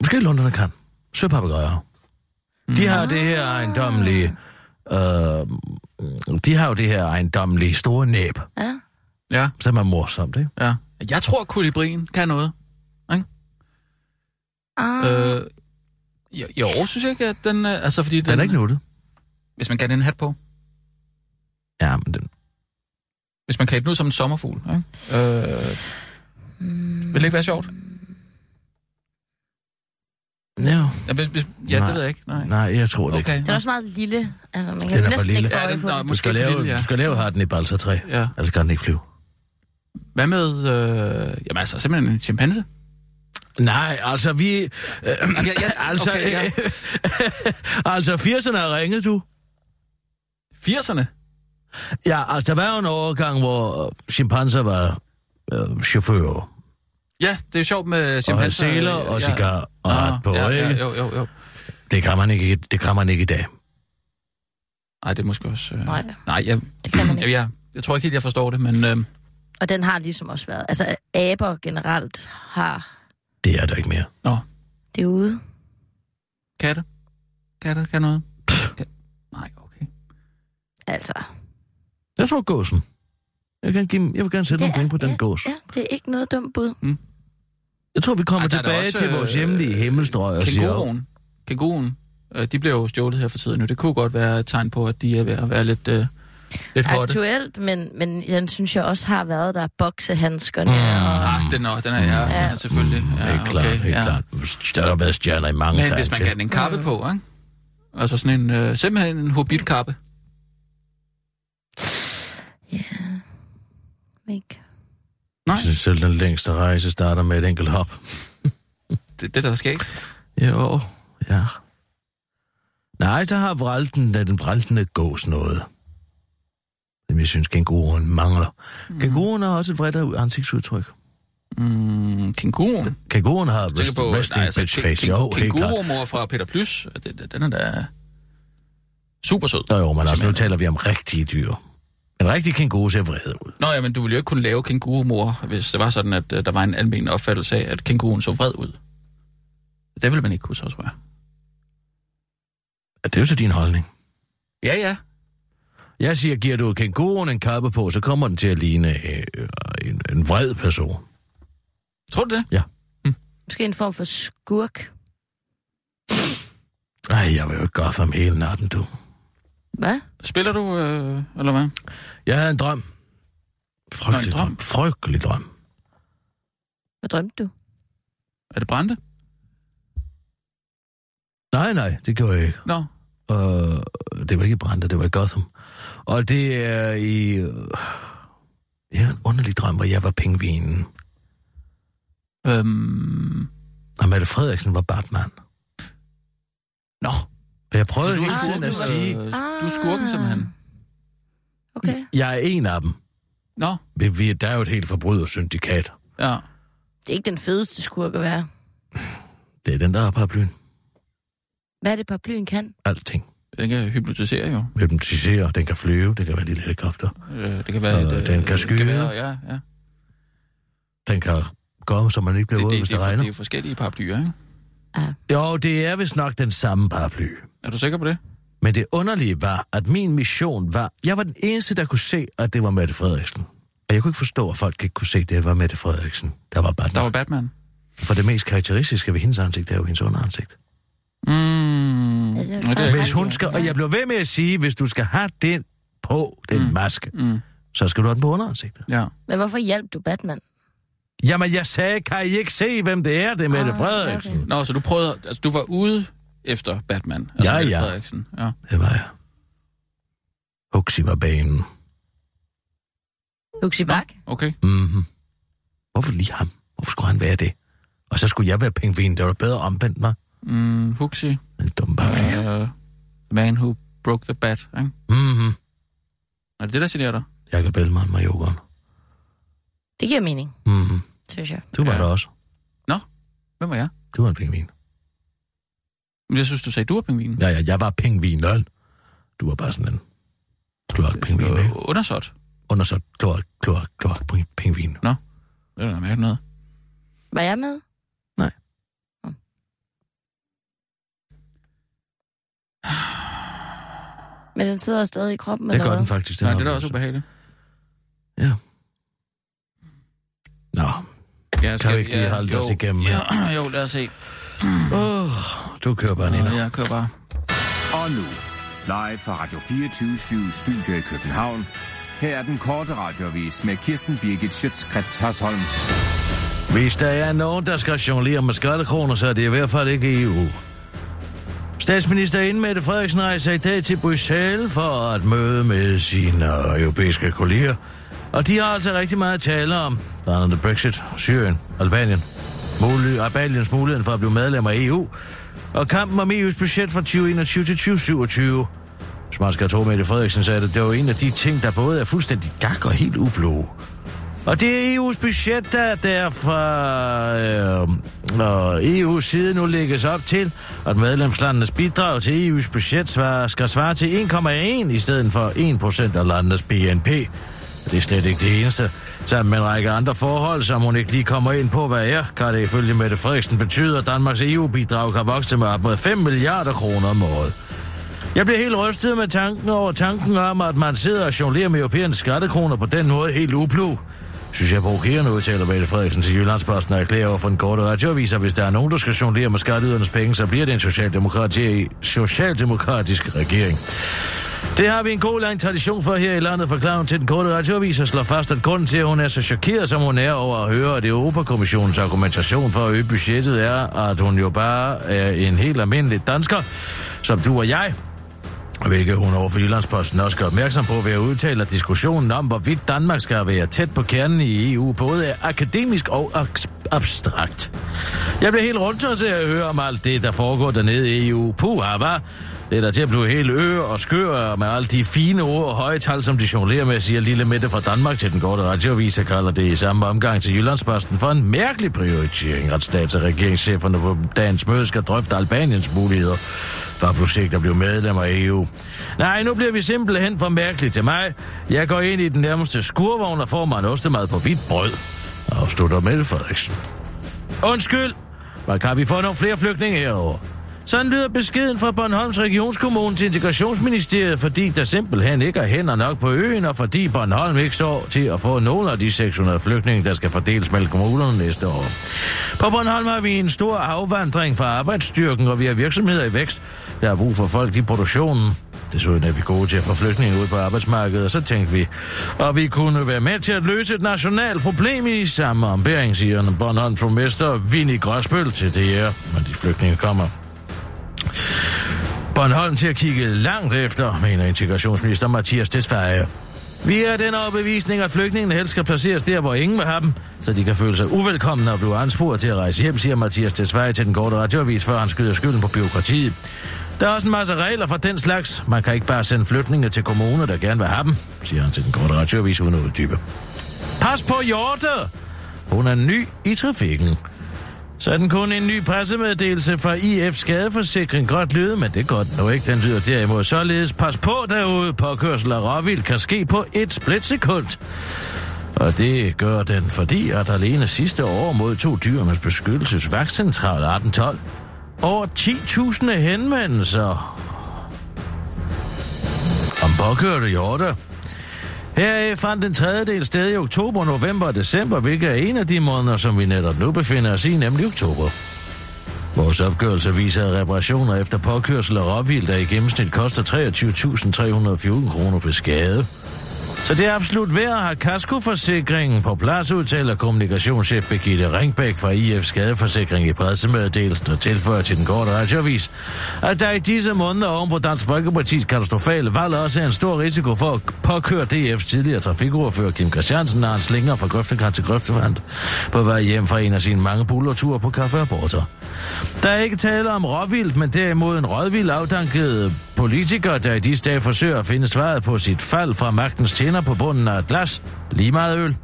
Speaker 5: Måske lunderne kan. Søpapagøjer. De
Speaker 3: Mm.
Speaker 5: har det her ejendommelige... Øh, de har jo det her ejendommelige store næb,
Speaker 4: Ja.
Speaker 3: ja,
Speaker 5: som er morsomt, ikke?
Speaker 3: ja. Jeg tror, kolibrien kan noget.
Speaker 4: Ah.
Speaker 3: Øh, jo, jo, synes jeg ikke, at den... øh, Altså, fordi den,
Speaker 5: Den er ikke nuttet.
Speaker 3: Hvis man gav den en hat på.
Speaker 5: Ja, men den...
Speaker 3: Hvis man klædte den ud som en sommerfugl. Ikke? Øh, vil det ikke være sjovt?
Speaker 5: Ja,
Speaker 3: Ja, hvis, hvis, ja
Speaker 5: Nej.
Speaker 3: det ved jeg ikke. Nej.
Speaker 5: nej, jeg tror det ikke.
Speaker 3: Okay.
Speaker 4: Den er også meget lille. Altså, man
Speaker 5: Den er
Speaker 4: kan
Speaker 5: for
Speaker 4: næsten
Speaker 5: lille.
Speaker 4: ikke få
Speaker 3: Ja,
Speaker 4: øje
Speaker 3: den-
Speaker 4: på
Speaker 3: nå,
Speaker 4: den.
Speaker 5: Du
Speaker 3: Måske
Speaker 5: skal,
Speaker 3: for
Speaker 5: lave,
Speaker 3: lille, ja.
Speaker 5: du skal lave harten i balsertræ,
Speaker 3: Ja.
Speaker 5: ellers kan den ikke flyve.
Speaker 3: Hvad med... Øh, jamen altså, simpelthen en chimpanse?
Speaker 5: Nej, altså vi... Øh,
Speaker 3: Jamen, jeg, jeg,
Speaker 5: altså,
Speaker 3: okay, ja.
Speaker 5: altså 80'erne har ringet, du.
Speaker 3: 80'erne?
Speaker 5: Ja, altså der var jo en overgang, hvor chimpanser var øh, chauffører.
Speaker 3: Ja, det er sjovt med øh,
Speaker 5: Og havde
Speaker 3: chimpanser. Ah,
Speaker 5: sæler og cigar og hat på,
Speaker 3: ja, ja,
Speaker 5: ikke?
Speaker 3: jo, jo, jo.
Speaker 5: Det kan man ikke, det kan man ikke i dag.
Speaker 3: Nej, det er måske også... Øh,
Speaker 4: Nej.
Speaker 3: Nej, jeg,
Speaker 4: Det kan man
Speaker 3: jeg, jeg, jeg tror ikke helt, jeg forstår det, men... Øh,
Speaker 4: Og den har ligesom også været. Altså, aber generelt har
Speaker 5: Det er der ikke mere.
Speaker 3: nå,
Speaker 4: det ude.
Speaker 3: katte? Katte kan noget? Ka- Nej, okay.
Speaker 4: Altså,
Speaker 5: Jeg tror gåsen. Jeg vil gerne, give, jeg vil gerne sætte
Speaker 4: Det
Speaker 5: nogle penge
Speaker 4: er-
Speaker 5: på den gås.
Speaker 4: ja, det er ikke noget dumt bud.
Speaker 5: Jeg tror, vi kommer
Speaker 3: Ej,
Speaker 5: Ej,
Speaker 3: der er da også,
Speaker 5: tilbage også, til vores
Speaker 3: øh,
Speaker 5: hjemlige himmelstrøg og siger...
Speaker 3: Kænguruen. Kænguruen. Øh, de bliver jo stjålet her for tiden nu. Det kunne godt være et tegn på, at de er ved at være lidt, øh, lidt hotte.
Speaker 4: Aktuelt, men, men den synes jeg også har været der. Boksehandskerne
Speaker 5: Mm.
Speaker 4: mm. og
Speaker 3: Ah, den er, den er, ja, den er selvfølgelig.
Speaker 5: Ja,
Speaker 3: Ja,
Speaker 5: mm, helt klart,
Speaker 3: okay,
Speaker 5: helt
Speaker 3: ja.
Speaker 5: klart. Der har været stjerner i mange
Speaker 3: Men hvis man
Speaker 5: tegnfilm.
Speaker 3: kan en
Speaker 4: Mm.
Speaker 3: kappe på, ikke? Altså sådan en, øh, simpelthen en hobbitkappe.
Speaker 4: Ikke?
Speaker 5: Jeg synes selv, den længste rejse starter med et enkelt hop.
Speaker 3: Det, det er der skal ikke.
Speaker 5: Jo, ja. Nej, der har vralten, den vraltende gås noget. Det som jeg synes, kænguruen mangler.
Speaker 3: Mhm.
Speaker 5: Mm. Kænguruen har også et vredt ansigtsudtryk.
Speaker 3: Mm, kænguruen.
Speaker 5: Kænguruen har
Speaker 3: Jeg tænker
Speaker 5: rest,
Speaker 3: på,
Speaker 5: resting
Speaker 3: nej,
Speaker 5: altså, bitch face.
Speaker 3: kæ-
Speaker 5: Jo,
Speaker 3: kæ-
Speaker 5: helt klart.
Speaker 3: Kængurumor fra Peter Plys, den, den- den er da super sød.
Speaker 5: Nå jo, men altså, nu
Speaker 3: Simpelthen.
Speaker 5: taler vi om rigtige dyr. En rigtig kænguru ser vred ud.
Speaker 3: Nå ja, men du ville jo ikke kunne lave kængurumor, hvis det var sådan, at øh, der var en almen opfattelse af, at kænguruen så vred ud. Det ville man ikke kunne så, tror jeg.
Speaker 5: Ja, Det er jo så din holdning.
Speaker 3: Ja, ja.
Speaker 5: Jeg siger, giver du kænguruen en kappe på, så kommer den til at ligne øh, en, en vred person.
Speaker 3: Tror du det?
Speaker 4: Måske en form for skurk.
Speaker 5: Ej, jeg var jo i Gotham hele natten, du.
Speaker 4: Hvad?
Speaker 3: Spiller du, øh, eller hvad?
Speaker 5: Jeg havde en drøm. Frygtelig
Speaker 3: Nå, en
Speaker 5: drøm.
Speaker 3: drøm.
Speaker 5: drøm. Frygtelig drøm.
Speaker 4: Hvad drømte du?
Speaker 3: Er det Brande?
Speaker 5: Nej, nej, det gjorde jeg ikke.
Speaker 3: Nå,
Speaker 5: Øh, det var ikke i Brande, det var i Gotham. Og det er i... Øh, jeg havde en underlig drøm, hvor jeg var pingvinen.
Speaker 3: øhm,
Speaker 5: Og Mette Frederiksen var Batman.
Speaker 3: nå.
Speaker 5: Og jeg
Speaker 3: Så
Speaker 5: prøvede
Speaker 3: du,
Speaker 5: hele
Speaker 3: er
Speaker 5: tiden
Speaker 3: skurken,
Speaker 5: at sige,
Speaker 3: øh, du er skurken, simpelthen.
Speaker 4: Okay.
Speaker 5: jeg er en af dem.
Speaker 3: Nå,
Speaker 5: Vi, vi, der er jo et helt forbrydersyndikat.
Speaker 3: ja.
Speaker 4: Det er ikke den fedeste skurk at være.
Speaker 5: Det er den, der har paraplyen.
Speaker 4: Hvad er det, paraplyen kan?
Speaker 5: Alting.
Speaker 3: Den kan hypnotisere jo.
Speaker 5: Hypnotisere, den kan flyve, den kan være en lille helikopter.
Speaker 3: Øh, det kan være...
Speaker 5: Øh,
Speaker 3: et,
Speaker 5: den kan
Speaker 3: et
Speaker 5: skyde.
Speaker 3: gevær, ja, ja.
Speaker 5: Den kan komme, så man ikke bliver
Speaker 3: Det,
Speaker 5: våd,
Speaker 3: det,
Speaker 5: hvis
Speaker 3: det,
Speaker 5: det,
Speaker 3: er, for-
Speaker 5: regner.
Speaker 3: det er forskellige paraplyer, ikke?
Speaker 5: Jo, det er vist nok den samme paraply.
Speaker 3: Er du sikker på det?
Speaker 5: Men det underlige var, at min mission var... Jeg var den eneste, der kunne se, at det var Mette Frederiksen. Og jeg kunne ikke forstå, at folk ikke kunne se, at det var Mette Frederiksen. Der var bare
Speaker 3: Der
Speaker 5: der
Speaker 3: var Batman.
Speaker 5: For det mest karakteristiske ved hendes ansigt, det er jo hendes underansigt.
Speaker 3: Mm.
Speaker 4: Ja, det er
Speaker 3: Nå,
Speaker 4: faktisk
Speaker 5: Hvis
Speaker 3: rigtigt.
Speaker 5: hun skal... Og jeg blev ved med at sige, hvis du skal have den på, den mm. maske, mm. så skal du have den på underansigtet.
Speaker 3: Ja.
Speaker 4: Men hvorfor hjalp du Batman?
Speaker 5: Jamen, jeg sagde, kan I ikke se, hvem det er, det er Mette
Speaker 4: Ah,
Speaker 5: Frederiksen?
Speaker 4: okay.
Speaker 5: Okay.
Speaker 3: Nå, så du prøvede... Altså, du var ude efter Batman. Altså
Speaker 5: Ja,
Speaker 3: Mette
Speaker 5: ja.
Speaker 3: Frederiksen. Ja.
Speaker 5: Det var jeg. Huxi var banen.
Speaker 4: Huxi Bak?
Speaker 3: Okay.
Speaker 5: Mm-hmm. Hvorfor lige ham? Hvorfor skulle han være det? Og så skulle jeg være pingvin, der var bedre omvendt mig.
Speaker 3: Mm, Huxi.
Speaker 5: En dum bakke. Ja.
Speaker 3: Uh, the man who broke the bat, ikke?
Speaker 5: Mm-hmm.
Speaker 3: Er det det, der generer dig?
Speaker 5: Jakob Ellemann var jokeren.
Speaker 4: Det giver mening,
Speaker 5: Mm-hmm.
Speaker 4: synes jeg.
Speaker 5: Du var
Speaker 3: Ja.
Speaker 5: ja. der også.
Speaker 3: Hvem var jeg?
Speaker 5: Du var en pingvin.
Speaker 3: Men Jeg synes, du sagde, du var pingvinen.
Speaker 5: Ja, ja, jeg var pingvineren. Du var bare sådan en kloak pingvin, ikke?
Speaker 3: Øh, undersåt.
Speaker 5: Under så kloak, kloak, kloak pingvin.
Speaker 3: Det er da mærkeligt noget.
Speaker 4: Var jeg med? Men den sidder stadig i kroppen,
Speaker 5: Det
Speaker 4: eller
Speaker 5: gør
Speaker 4: hvad?
Speaker 5: den faktisk.
Speaker 3: Nej,
Speaker 5: har
Speaker 3: det er da
Speaker 5: den
Speaker 3: også
Speaker 5: også.
Speaker 3: ubehageligt.
Speaker 5: Nå,
Speaker 3: Ja,
Speaker 5: kan vi ikke lige holde os igennem?
Speaker 3: Ja,
Speaker 5: Ja.
Speaker 3: jo, lad os se.
Speaker 5: Oh, du kører bare
Speaker 3: Nå,
Speaker 5: ind.
Speaker 3: jeg kører bare.
Speaker 6: Og nu, live fra Radio 24 Studio i København. Her er den korte radiovis med Kirsten Birgit Schøtzgrads Hasholm.
Speaker 5: Hvis der er nogen, der skal jonglere med skattekroner, så er det i hvert fald ikke EU. Statsminister Mette Frederiksen rejser i dag til Bruxelles for at møde med sine europæiske kolleger. Og de har altså rigtig meget at tale om. Blandt andet Brexit, Syrien, Albanien. Mulig, Albaniens mulighed for at blive medlem af EU. Og kampen om EU's budget fra 2021 til 2027. Hvis man skal tro Mette Frederiksen, så er det, det jo en af de ting, der både er fuldstændig gak og helt ubloge. Og det er EU's budget, der der fra øh, øh, EU's side nu lægges op til, at medlemslandenes bidrag til EU's budget svar, skal svare til 1,1 i stedet for 1% af landenes BNP. Og Det er slet ikke det eneste. Sammen med en række andre forhold, som hun ikke lige kommer ind på, hvad er, kan det ifølge Mette Frederiksen betyde, at Danmarks EU-bidrag kan vokse med op mod 5 milliarder kroner om året. Jeg bliver helt rystet med tanken over tanken om, at man sidder og jonglerer med europæernes skattekroner på den måde helt uplu. Synes jeg er provokerende, udtaler Mette Frederiksen til Jyllandsposten og erklærer over for en kort radioavis, at hvis der er nogen, der skal jonglere med skatteydernes penge, så bliver det en socialdemokrati- socialdemokratisk regering. Det har vi en god lang tradition for her i landet, forklarer hun til den korte radioavis og slår fast, at grunden til, at hun er så chokeret, som hun er over at høre, at Europakommissionens argumentation for at øge budgettet er, at hun jo bare er en helt almindelig dansker, som du og jeg, hvilket hun over for Jyllandsposten også gør opmærksom på ved at udtale, at diskussionen om, hvorvidt Danmark skal være tæt på kernen i EU, både er akademisk og abs- abstrakt. Jeg bliver helt rundt til at høre om alt det, der foregår dernede i EU. Puha, ah, hva? Det er da til at blive helt ø og skør og med alle de fine ord og høje tal, som de jonglerer med, siger Lille Mette fra Danmark til den korte radioavis, og kalder det i samme omgang til Jyllandsposten for en mærkelig prioritering. Retsstats- og regeringscheferne på dagens møde skal drøfte Albaniens muligheder for på sigt at blive medlem af EU. Nej, nu bliver vi simpelthen for mærkeligt til mig. Jeg går ind i den nærmeste skurvogn og får mig en ostemad på hvidt brød. Afslutter Mette Frederiksen. Undskyld, hvad kan vi få nogle flere flygtninge herover? Sådan lyder beskeden fra Bornholms Regionskommune til Integrationsministeriet, fordi der simpelthen ikke er hænder nok på øen, og fordi Bornholm ikke står til at få nogle af de 600 flygtninge, der skal fordeles mellem kommunerne næste år. På Bornholm har vi en stor afvandring fra arbejdsstyrken, og vi har virksomheder i vækst. Der er brug for folk i produktionen. Desuden er vi gode til at få flygtninge ud på arbejdsmarkedet, og så tænkte vi, og vi kunne være med til at løse et nationalt problem i samme ombæring, siger en Bornholms borgmester Vinnie Gråsbøl til det her, men de flygtninge kommer. Bornholm til at kigge langt efter, mener integrationsminister Mathias Tesfaye. Vi er den overbevisning, at flygtningene helst skal placeres der, hvor ingen vil have dem, så de kan føle sig uvelkomne og blive ansporet til at rejse hjem, siger Mathias Tesfaye til den korte radioavis, før han skyder skylden på byråkratiet. Der er også en masse regler for den slags. Man kan ikke bare sende flygtninge til kommuner, der gerne vil have dem, siger han til den korte radioavis uden at uddybe. Pas på Hjorte! Hun er ny i trafikken. Sådan kun en ny pressemeddelelse fra IF Skadeforsikring godt lyde, men det er godt nu ikke. Den lyder derimod således. Pas på derude. Påkørsel af råvild kan ske på et splitsekund. Og det gør den, fordi at alene sidste år modtog dyrenes beskyttelses vagtcentral 1812 over 10.000 henvendelser om påkørte hjorte. Heraf fandt en tredjedel sted i oktober, november og december, hvilket er en af de måneder, som vi netop nu befinder os i, nemlig oktober. Vores opgørelse viser, at reparationer efter påkørsel og råvild, der i gennemsnit koster 23.314 kroner per skade. Så det er absolut værd at have kaskoforsikringen på plads, udtaler kommunikationschef Birgitte Ringbæk fra IF Skadeforsikring i pressemeddelelsen og tilføjer til den korte radioavis, at der i disse måneder oven på Dansk Folkeparti's katastrofale valg også er en stor risiko for at påkøre DF's tidligere trafikordfører Kim Christiansen, når han slinger fra grøftekant til grøftevand på vej hjem fra en af sine mange bullerture på Café Porter. Der er ikke tale om råvildt, men derimod en rådvild afdanket politiker, der i disse dage forsøger at finde svaret på sit fald fra magtens tænder på bunden af et glas, lige meget øl,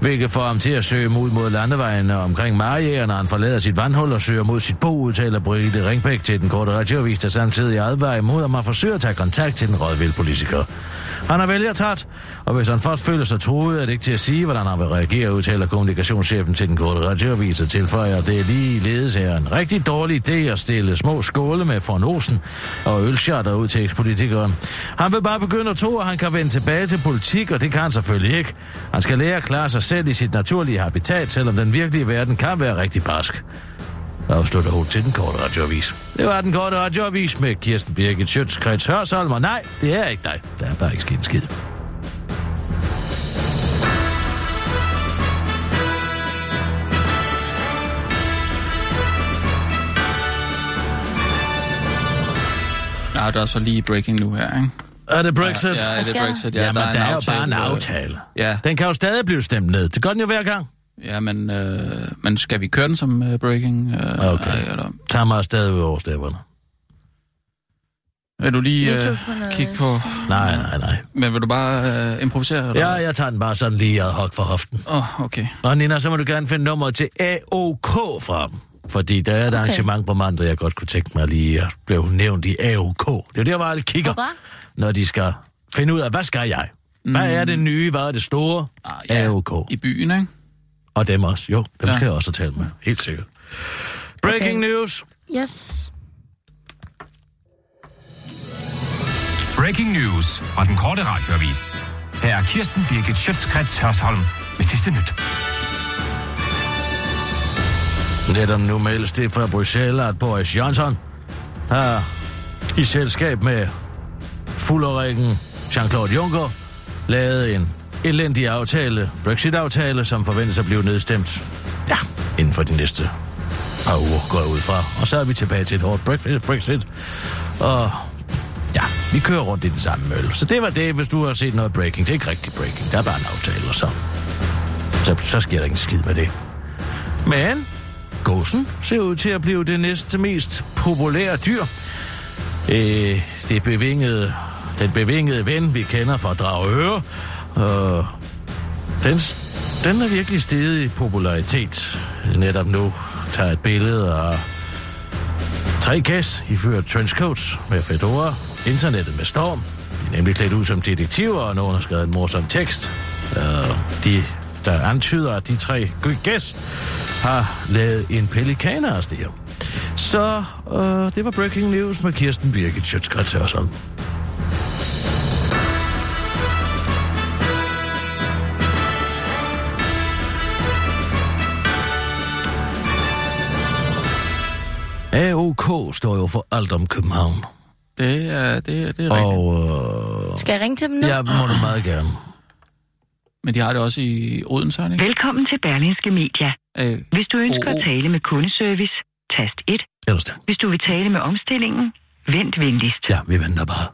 Speaker 5: hvilket får ham til at søge mod mod landevejen og omkring Marjæger, når han forlader sit vandhul og søger mod sit bo, udtaler Brigitte Ringbæk til den korte radioavis, der samtidig advarer imod, at man forsøger at tage kontakt til den rådvilde politiker. Han er vælgertræt, og hvis han først føler sig truet, er det ikke til at sige, hvordan han vil reagere, udtaler kommunikationschefen til den korte radioavis og tilføjer, at det er lige ledes her en rigtig dårlig idé at stille små skåle med von Osen og ølcharter ud til ekspolitikeren. Han vil bare begynde at tro, at han kan vende tilbage til politik, og det kan han selvfølgelig ikke. Han skal lære at klare sig selv i sit naturlige habitat, selvom den virkelige verden kan være rigtig barsk. Afslutter hun til den korte radioavis. Det var den korte radioavis med Kirsten Birgit Sjøtskrets Hørsholm, og nej, det er ikke dig. Der er bare ikke sket en skid.
Speaker 3: Ja, der er så lige breaking nu her, ikke?
Speaker 5: Er det Brexit?
Speaker 3: Ja, ja det
Speaker 4: skal
Speaker 3: er
Speaker 4: der?
Speaker 3: Brexit. Ja,
Speaker 5: Ja, Jamen, der, er, jo
Speaker 3: aftale,
Speaker 5: bare en
Speaker 3: øh,
Speaker 5: aftale.
Speaker 3: Ja,
Speaker 5: Den kan jo stadig blive stemt ned. Det gør den jo hver gang.
Speaker 3: ja men, øh, men skal vi køre den som øh, breaking? Øh,
Speaker 5: Okay.
Speaker 3: ej, eller,
Speaker 5: Tager mig stadig ved overstæpperne.
Speaker 3: vil du lige øh,
Speaker 4: YouTube-journalist.
Speaker 3: kigge på...
Speaker 5: Nej, nej, nej.
Speaker 3: Men vil du bare øh, improvisere? Eller?
Speaker 5: Ja, jeg tager den bare sådan lige ad hoc for hoften.
Speaker 3: Åh, oh, okay.
Speaker 5: Og Nina, så må du gerne finde nummeret til AOK frem. Fordi der er et okay. arrangement på mandag, jeg godt kunne tænke mig lige at blive nævnt i AOK. Det er jo der, hvor alle kigger,
Speaker 4: Hurra.
Speaker 5: når de skal finde ud af, hvad skal jeg? Hvad er det nye? Hvad er det store?
Speaker 3: Ah, ja.
Speaker 5: AOK.
Speaker 3: I byen, ikke?
Speaker 5: Og dem også. Jo, dem
Speaker 3: Ja.
Speaker 5: skal jeg også tale med. Helt sikkert. Breaking
Speaker 4: Okay.
Speaker 5: news.
Speaker 4: Yes.
Speaker 6: Breaking news fra den korte radioavis. Her er Kirsten Birgit Schøtzgrads Hørsholm med sidste nyt.
Speaker 5: Netop nu meldes det fra Bruxelles, at Boris Johnson har i selskab med fulderækken Jean-Claude Juncker lavet en elendig aftale, Brexit-aftale, som forventes at blive nedstemt ja, inden for de næste par uger, går jeg ud fra. Og så er vi tilbage til et hårdt Brexit, Brexit. Og ja, vi kører rundt i den samme mølle. Så det var det, hvis du har set noget breaking. Det er ikke rigtig breaking. Der er bare en aftale, og så, så, så sker der ikke en skid med det. Men Gåsen ser ud til at blive det næste mest populære dyr. Øh, det bevingede, den bevingede ven, vi kender fra Dragøre, øh, den, den er virkelig steget i popularitet. Netop nu tager et billede af tre gæst, I fører trenchcoats med fedora, internettet med storm, de er nemlig klædt ud som detektiver, og nogen har skrevet en morsom tekst. Øh, de, der antyder, at de tre gæst har lavet en pelikaner af stiger. Så øh, det var Breaking News med Kirsten Birgit Sjøtskrets Hørsholm. AOK står jo for alt om København.
Speaker 3: Det er, det, er- det er rigtigt.
Speaker 5: Og øh,
Speaker 4: Skal jeg ringe til dem nu?
Speaker 5: jeg må du meget gerne.
Speaker 3: Men de har det også i Odense, har de ikke?
Speaker 7: Velkommen til Berlingske Media.
Speaker 3: Øh,
Speaker 7: Hvis du ønsker
Speaker 3: Oh.
Speaker 7: at tale med kundeservice, tast 1.
Speaker 5: Ellers tak.
Speaker 7: Hvis du vil tale med omstillingen, vent venligst.
Speaker 5: Ja, vi venter bare.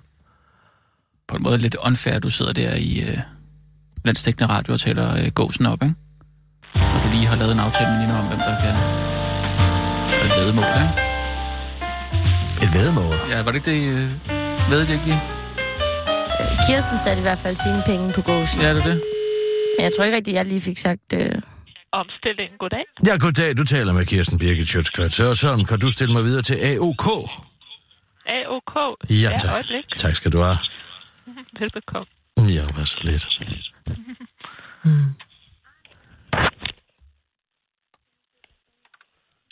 Speaker 3: på en måde lidt unfair, at du sidder der i øh, landstækkende radio og taler øh, gåsen op, ikke? Og du lige har lavet en aftale med Nina om, hvem der kan... Og et vedmål, ikke?
Speaker 5: Et vedmål.
Speaker 3: Ja, var det ikke det... Øh, ved jeg ikke lige?
Speaker 4: Øh, Kirsten satte i hvert fald sine penge på gåsen.
Speaker 3: Ja,
Speaker 4: Ja.
Speaker 3: er det det?
Speaker 4: Jeg tror ikke rigtigt, jeg lige fik sagt... Øh...
Speaker 8: Omstilling, goddag.
Speaker 5: Ja, goddag. Du taler med Kirsten Birgit Sjøtskrets Hørsholm. Kan du stille mig videre til AOK?
Speaker 8: AOK.
Speaker 5: Ja, tak.
Speaker 8: øjeblik.
Speaker 5: Tak skal du have.
Speaker 8: Velbekomme.
Speaker 5: Ja, hvad så lidt.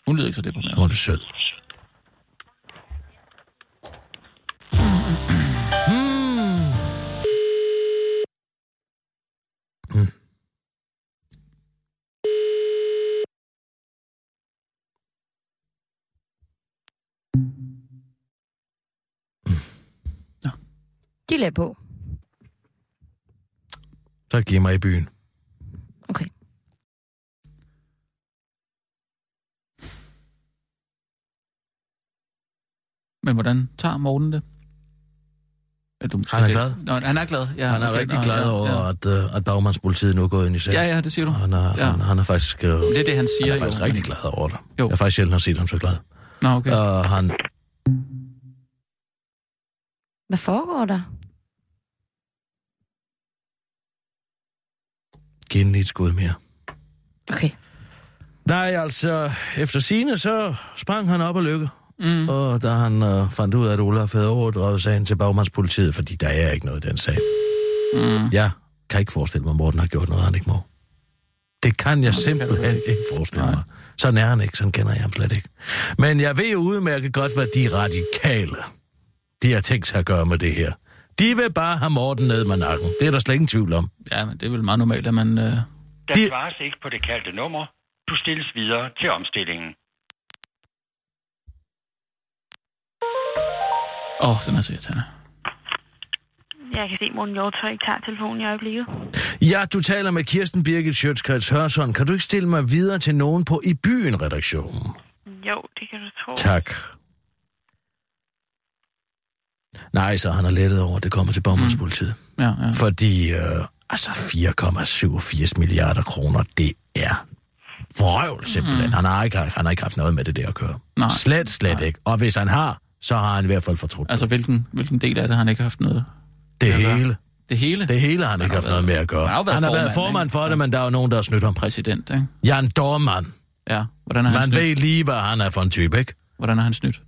Speaker 3: Hun lyder ikke så deprimeret.
Speaker 5: Hun er sød.
Speaker 4: De lagde på.
Speaker 5: Så giv mig i byen.
Speaker 4: Okay.
Speaker 3: Men hvordan tager Morten det? Er du måske
Speaker 5: Han er
Speaker 3: lidt-
Speaker 5: glad.
Speaker 3: Nå, han er glad, ja.
Speaker 5: Han er
Speaker 3: okay,
Speaker 5: rigtig
Speaker 3: nå,
Speaker 5: glad
Speaker 3: ja,
Speaker 5: over,
Speaker 3: Ja.
Speaker 5: at, øh, at bagmandspolitiet nu er gået ind i sagen.
Speaker 3: Ja, ja, det siger du.
Speaker 5: Han er,
Speaker 3: Ja.
Speaker 5: han, han er faktisk, øh,
Speaker 3: Det er det, han
Speaker 5: han
Speaker 3: siger.
Speaker 5: er faktisk
Speaker 3: jo,
Speaker 5: rigtig
Speaker 3: men-
Speaker 5: glad over det.
Speaker 3: Jo.
Speaker 5: Jeg har faktisk sjældent har set ham så glad.
Speaker 3: Nå, okay.
Speaker 5: Okay. Og han,
Speaker 4: Hvad foregår der?
Speaker 5: giv den lige et skud mere.
Speaker 4: Okay.
Speaker 5: Nej, altså, efter sine så sprang han op af lykke.
Speaker 3: Mm.
Speaker 5: Og da han øh, fandt ud af, at Olaf havde overdraget sagen til bagmandspolitiet, fordi der er ikke noget i den sag.
Speaker 3: Mm.
Speaker 5: Jeg kan ikke forestille mig, at Morten har gjort noget, han ikke må. Det kan jeg
Speaker 3: kan du
Speaker 5: simpelthen
Speaker 3: ikke.
Speaker 5: ikke. ikke forestille
Speaker 3: Nej.
Speaker 5: mig. Sådan er han ikke, sådan kender jeg ham slet ikke. Men jeg ved jo udmærket godt, hvad de radikale, de har tænkt sig at gøre med det her. De vil bare have Morten ned med nakken. Det er der slet ingen tvivl om.
Speaker 3: Ja, men det er vel meget normalt, at man... Øh...
Speaker 9: Der
Speaker 5: Det-
Speaker 9: det... svares ikke på det kaldte nummer. Du stilles videre til omstillingen.
Speaker 3: Åh, den er så irriterende.
Speaker 8: Jeg kan se, at Morten Hjortøj ikke tager telefonen i øjeblikket.
Speaker 5: Ja, du taler med Kirsten Birgit Sjøtskrets Hørsson. Kan du ikke stille mig videre til nogen på I Byen-redaktionen?
Speaker 8: Jo, det kan du tro.
Speaker 5: Tak. Nej, så han er lettet over, at det kommer til bagmandspolitiet.
Speaker 3: Ja, ja.
Speaker 5: Fordi, øh, altså 4,87 milliarder kroner, det er vrøvl simpelthen. Mm. Han, har ikke, han har ikke haft noget med det der at køre.
Speaker 3: Nej.
Speaker 5: Slet, slet
Speaker 3: Nej.
Speaker 5: Nej. ikke. Og hvis han har, så har han i hvert fald fortrudt altså,
Speaker 3: Altså, hvilken, hvilken del af det har han ikke haft noget?
Speaker 5: det
Speaker 3: jeg gør.
Speaker 5: hele.
Speaker 3: Det hele?
Speaker 5: Det hele har han,
Speaker 3: har
Speaker 5: ikke haft
Speaker 3: været-
Speaker 5: noget med at gøre.
Speaker 3: han har jo været
Speaker 5: han har været
Speaker 3: formand,
Speaker 5: formand
Speaker 3: ikke?
Speaker 5: for
Speaker 3: Ja.
Speaker 5: det, men der er jo nogen, der har snydt ham.
Speaker 3: Præsident, ikke?
Speaker 5: Jan Dormand.
Speaker 3: Ja, hvordan har han
Speaker 5: Man
Speaker 3: snydt?
Speaker 5: ved lige, hvad han er for en type, ikke?
Speaker 3: Hvordan har han snydt?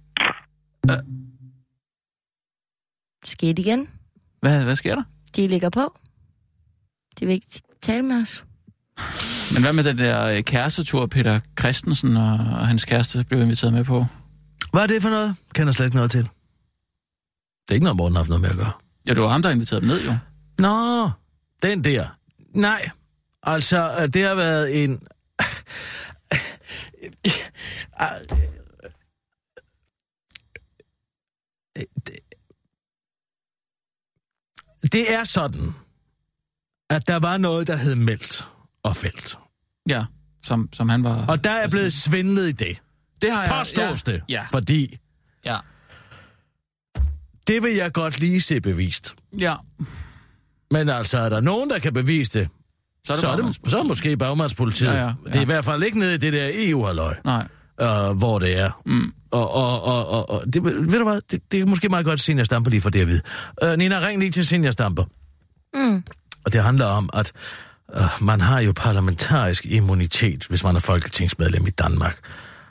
Speaker 4: Skete igen.
Speaker 3: Hvad, hvad sker der?
Speaker 4: De ligger på. De vil ikke tale med os.
Speaker 3: Men hvad med den der øh, kærestetur, Peter Christensen og, og hans kæreste blev inviteret med på?
Speaker 5: Hvad er det for noget? Kender slet ikke noget til. Det er ikke noget, Morten har haft noget med at gøre.
Speaker 3: Ja, det var ham, der inviterede dem ned, jo.
Speaker 5: Nå, den der. Nej, altså, øh, det har været en... Det er sådan, at der var noget, der hed meldt og fældt.
Speaker 3: Ja, som, som han var...
Speaker 5: Og der er blevet svindlet i det.
Speaker 3: det har
Speaker 5: Påstås
Speaker 3: ja,
Speaker 5: det.
Speaker 3: Ja,
Speaker 5: Fordi
Speaker 3: ja,
Speaker 5: det vil jeg godt lige se bevist.
Speaker 3: ja.
Speaker 5: Men altså, er der nogen, der kan bevise det,
Speaker 3: Så er det,
Speaker 5: så er
Speaker 3: bare-
Speaker 5: det så er måske bagmandspolitiet.
Speaker 3: Ja, ja, ja.
Speaker 5: Det er i hvert fald ikke nede i det der EU-halløj,
Speaker 3: Nej,
Speaker 5: øh, E hvor det er.
Speaker 3: Mm.
Speaker 5: og, og, og, og, og det, ved du hvad, det, det er måske meget godt, at Senior Stamper lige for det at vide. Øh, Nina, ring lige til Senior Stamper.
Speaker 4: Mm.
Speaker 5: Og det handler om, at øh, man har jo parlamentarisk immunitet, hvis man er folketingsmedlem i Danmark.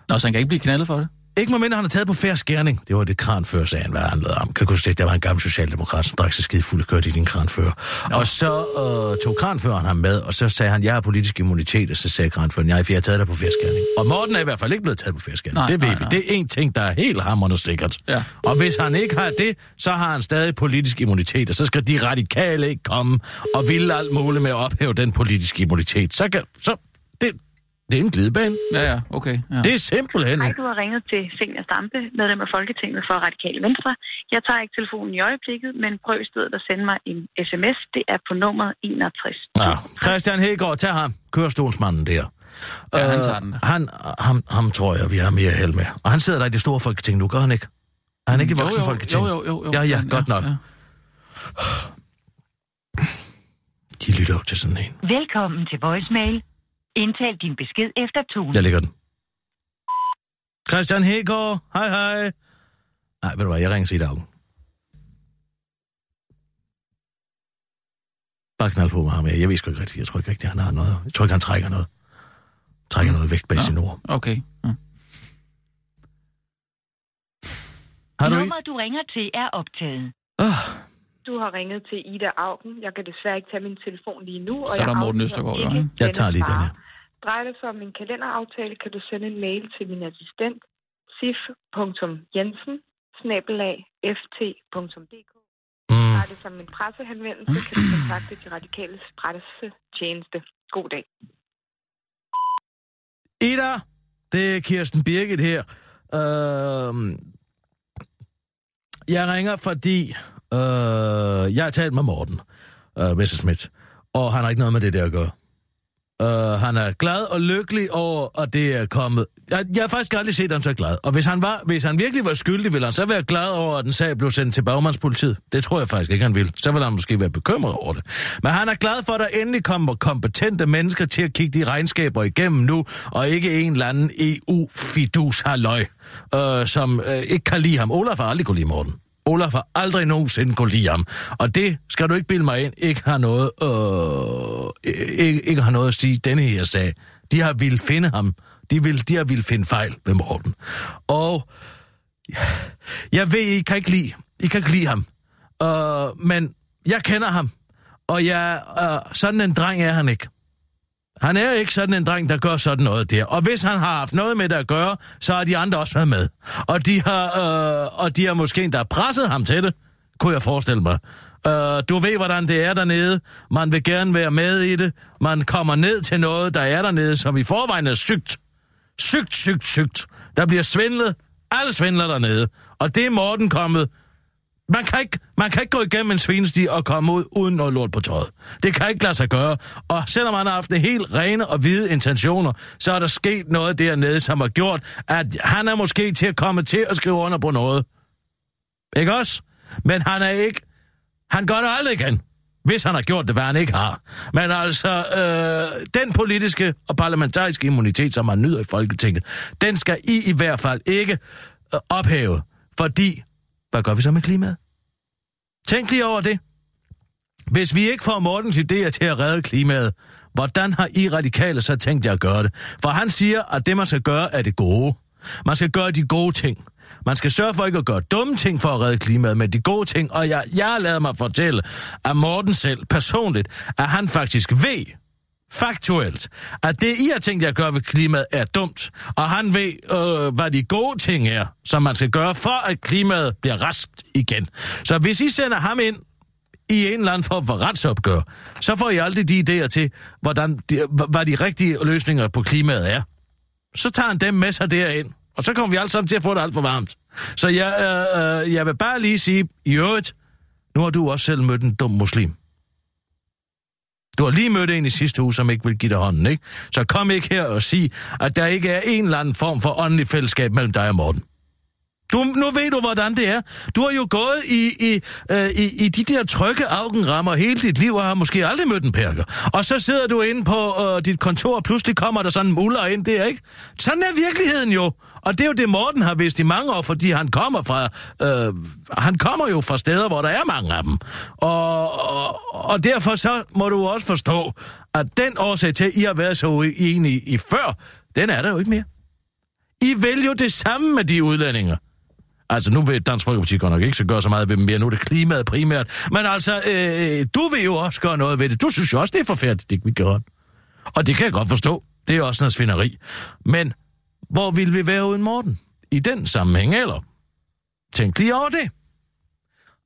Speaker 3: Nå, så han kan ikke blive knaldet for det?
Speaker 5: Ikke må mindre, han er taget på færre skærning. Det var det kranførersagen, hvad det handlede om. Kan du huske det? Der var en gammel socialdemokrat, som drak sig skide fuld og kørte i din kranfører. Og så øh, tog kranføreren ham med, og så sagde han, jeg har politisk immunitet, og så sagde kranføreren, nej, for jeg har taget dig på færre skærning. Og Morten er i hvert fald ikke blevet taget på færre skærning.
Speaker 3: Nej,
Speaker 5: Det ved
Speaker 3: nej,
Speaker 5: vi.
Speaker 3: nej.
Speaker 5: Det er en ting, der er helt hammerende sikkert.
Speaker 3: Ja.
Speaker 5: Og hvis han ikke har det, så har han stadig politisk immunitet, og så skal de radikale ikke komme og ville alt muligt med at ophæve den politiske immunitet. Så kan... Så, det, det er en glidebane.
Speaker 3: Ja, ja, okay. Ja.
Speaker 5: Det er simpelthen...
Speaker 8: Hej, du har ringet til Senior Stampe, medlem af Folketinget for Radikale Venstre. Jeg tager ikke telefonen i øjeblikket, men prøv i stedet at sende mig en sms. Det er på nummeret 61.
Speaker 5: Ja. Christian Hegaard, tag ham. Kørestolsmanden der.
Speaker 3: Ja, han
Speaker 5: Øh,
Speaker 3: tager den da.
Speaker 5: Han, ham, ham tror jeg, vi har mere held med. Og han sidder der i det store folketing nu, gør han ikke? Er han ikke i
Speaker 3: Mm, Jo,
Speaker 5: voksen
Speaker 3: jo,
Speaker 5: folketing?
Speaker 3: Jo, jo, jo, jo.
Speaker 5: Ja, ja,
Speaker 3: Men,
Speaker 5: godt nok.
Speaker 3: Ja.
Speaker 5: De lytter jo til sådan en.
Speaker 7: Velkommen til voicemail. Indtal din besked efter tonen.
Speaker 5: Jeg lægger den. Christian Hegaard, hej hej. Nej, ved du hvad, jeg ringer til i dag. Bare knald på med ham. Jeg jeg ved sgu ikke rigtigt. Jeg tror ikke rigtigt, han har noget. Jeg tror ikke, han trækker noget. Trækker noget vægt bag
Speaker 3: Mm. Nå.
Speaker 5: sin ord.
Speaker 3: Okay. Ja.
Speaker 5: Har du ikke?
Speaker 7: Nummeret, du ringer til, er optaget.
Speaker 5: Ah.
Speaker 10: Du har ringet til Ida Augen. Jeg kan desværre ikke tage min telefon lige nu. Og
Speaker 3: Så er
Speaker 10: jeg
Speaker 3: der Morten
Speaker 10: aflyser
Speaker 3: Østergaard,
Speaker 10: ikke
Speaker 3: jo, ikke?
Speaker 5: Jeg
Speaker 10: denne
Speaker 5: tager lige den
Speaker 10: fare.
Speaker 5: her.
Speaker 10: Drejer det sig om min kalenderaftale, kan du sende en mail til min assistent sif.jensen ft.dk.
Speaker 5: Mm.
Speaker 10: Drejer det sig om en pressehenvendelse, kan du kontakte de radikale pressetjeneste. God dag.
Speaker 5: Ida, det er Kirsten Birgit her. Øh, jeg ringer, fordi øh, jeg har talt med Morten øh, Messerschmidt, og han har ikke noget med det der at gøre. Øh, han er glad og lykkelig over, at det er kommet. Jeg, jeg har faktisk aldrig set ham så glad. Og hvis han, var, hvis han virkelig var skyldig, ville han så være glad over, at den sag blev sendt til bagmandspolitiet? Det tror jeg faktisk ikke, han vil. Så vil han måske være bekymret over det. Men han er glad for, at der endelig kommer kompetente mennesker til at kigge de regnskaber igennem nu, og ikke en eller anden EU-fidus halløj, øh, som øh, ikke kan lide ham. Olaf har aldrig kunne lide Morten. Olaf har aldrig nogensinde kunne lide ham. Og det skal du ikke bilde mig ind, ikke har noget, øh, ikke, ikke har noget at sige denne her sag. De har ville finde ham. De, vil, de har ville finde fejl ved Morten. Og jeg ved, I kan ikke lide, I kan ikke lide ham. Øh, men jeg kender ham. Og jeg, øh, sådan en dreng er han ikke. Han er ikke sådan en dreng, der gør sådan noget der. Og hvis han har haft noget med det at gøre, så har de andre også været med. Og de har, øh, og de har måske endda presset ham til det, kunne jeg forestille mig. Øh, du ved, hvordan det er dernede. Man vil gerne være med i det. Man kommer ned til noget, der er dernede, som i forvejen er sygt. Sygt, sygt, sygt. Der bliver svindlet. Alle svindler dernede. Og det er Morten kommet man kan, ikke, man kan ikke gå igennem en svinesti og komme ud uden noget lort på tøjet. Det kan ikke lade sig gøre. Og selvom han har haft det helt rene og hvide intentioner, så er der sket noget dernede, som har gjort, at han er måske til at komme til at skrive under på noget. Ikke også? Men han er ikke... Han gør det aldrig igen. Hvis han har gjort det, hvad han ikke har. Men altså, øh, den politiske og parlamentariske immunitet, som han nyder i Folketinget, den skal I i hvert fald ikke øh, ophæve. Fordi, hvad gør vi så med klimaet? Tænk lige over det. Hvis vi ikke får Mortens idéer til at redde klimaet, hvordan har I radikale så tænkt jer at gøre det? For han siger, at det man skal gøre er det gode. Man skal gøre de gode ting. Man skal sørge for ikke at gøre dumme ting for at redde klimaet, men de gode ting. Og jeg, jeg har lavet mig fortælle af Morten selv personligt, at han faktisk ved, faktuelt, at det, I har tænkt jer at gøre ved klimaet, er dumt. Og han ved, øh, hvad de gode ting er, som man skal gøre, for at klimaet bliver raskt igen. Så hvis I sender ham ind i en eller anden form for retsopgør, så får I aldrig de idéer til, hvordan de, hva- hvad de rigtige løsninger på klimaet er. Så tager han dem med sig derind, og så kommer vi alle sammen til at få det alt for varmt. Så jeg, øh, øh, jeg vil bare lige sige, i øvrigt, nu har du også selv mødt en dum muslim. Du har lige mødt en i sidste uge, som ikke vil give dig hånden, ikke? Så kom ikke her og sig, at der ikke er en eller anden form for åndelig fællesskab mellem dig og Morten. Du, nu ved du, hvordan det er. Du har jo gået i, i, øh, i, i de der trygge augenrammer hele dit liv, og har måske aldrig mødt en perker. Og så sidder du inde på øh, dit kontor, og pludselig kommer der sådan en muller ind der, ikke? Sådan er virkeligheden jo. Og det er jo det, Morten har vidst i mange år, fordi han kommer fra... Øh, han kommer jo fra steder, hvor der er mange af dem. Og, og, og derfor så må du også forstå, at den årsag til, at I har været så uenige i før, den er der jo ikke mere. I vælger jo det samme med de udlændinger. Altså, nu vil Dansk Folkeparti godt nok ikke så gøre så meget ved dem mere. Nu er det klimaet primært. Men altså, øh, du vil jo også gøre noget ved det. Du synes jo også, det er forfærdeligt, det vi gør. Og det kan jeg godt forstå. Det er også noget svineri. Men hvor vil vi være uden Morten? I den sammenhæng, eller? Tænk lige over det.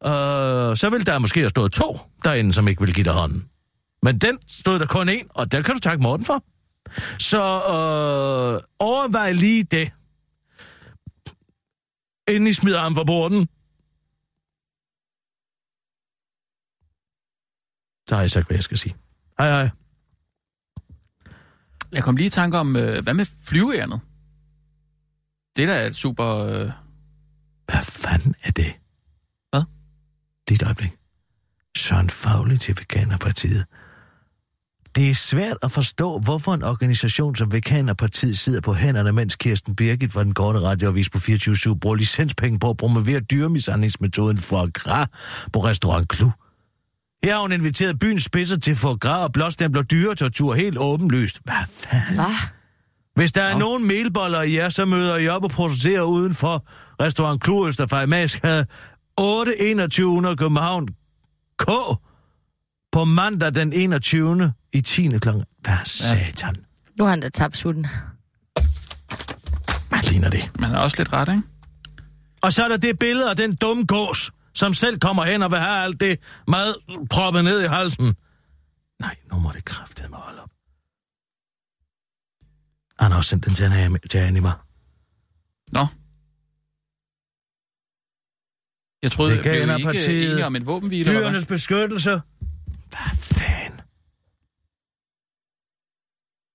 Speaker 5: Øh, så vil der måske have stået to derinde, som ikke vil give dig hånden. Men den stod der kun en, og den kan du takke Morten for. Så øh, overvej lige det inden I smider ham fra borden. Der har jeg sagt, hvad jeg skal sige. Hej, hej.
Speaker 3: Jeg kom lige i tanke om, øh, hvad med flyveærnet? Det der er et super... Øh,
Speaker 5: Hvad fanden er det?
Speaker 3: Hvad?
Speaker 5: Dit øjeblik. Søren Fagli til Veganerpartiet. Det er svært at forstå, hvorfor en organisation som Veganerpartiet sidder på hænderne, mens Kirsten Birgit fra den gårde radioavis på 24-7 bruger licenspenge på at promovere dyremishandlingsmetoden for gras på restaurant Clou. Her har hun inviteret byens spidser til for gras og blåstempler dyretortur helt åbenlyst. Hvad fanden?
Speaker 4: Hvad?
Speaker 5: Hvis der er nogen melboller i jer, så møder I op og protesterer udenfor restaurant Clou Østerfejmaskade 821 København K på mandag den 21. i 10. klokken. Hvad satan?
Speaker 4: Nu har han da tabt sutten.
Speaker 5: Hvad ligner det?
Speaker 3: man er også lidt ret, ikke?
Speaker 5: Og så er der det billede af den dumme gås, som selv kommer hen og vil have alt det mad proppet ned i halsen. Nej, nu må det kraftedeme holde op. Han har også sendt den til, Anna- til Anima.
Speaker 3: Nå. Jeg troede,
Speaker 5: Det
Speaker 3: det blev I ikke
Speaker 5: Veganerpartiet.
Speaker 3: enige om en våbenhvile, eller hvad?
Speaker 5: Dyrenes beskyttelse. Hvad fanden?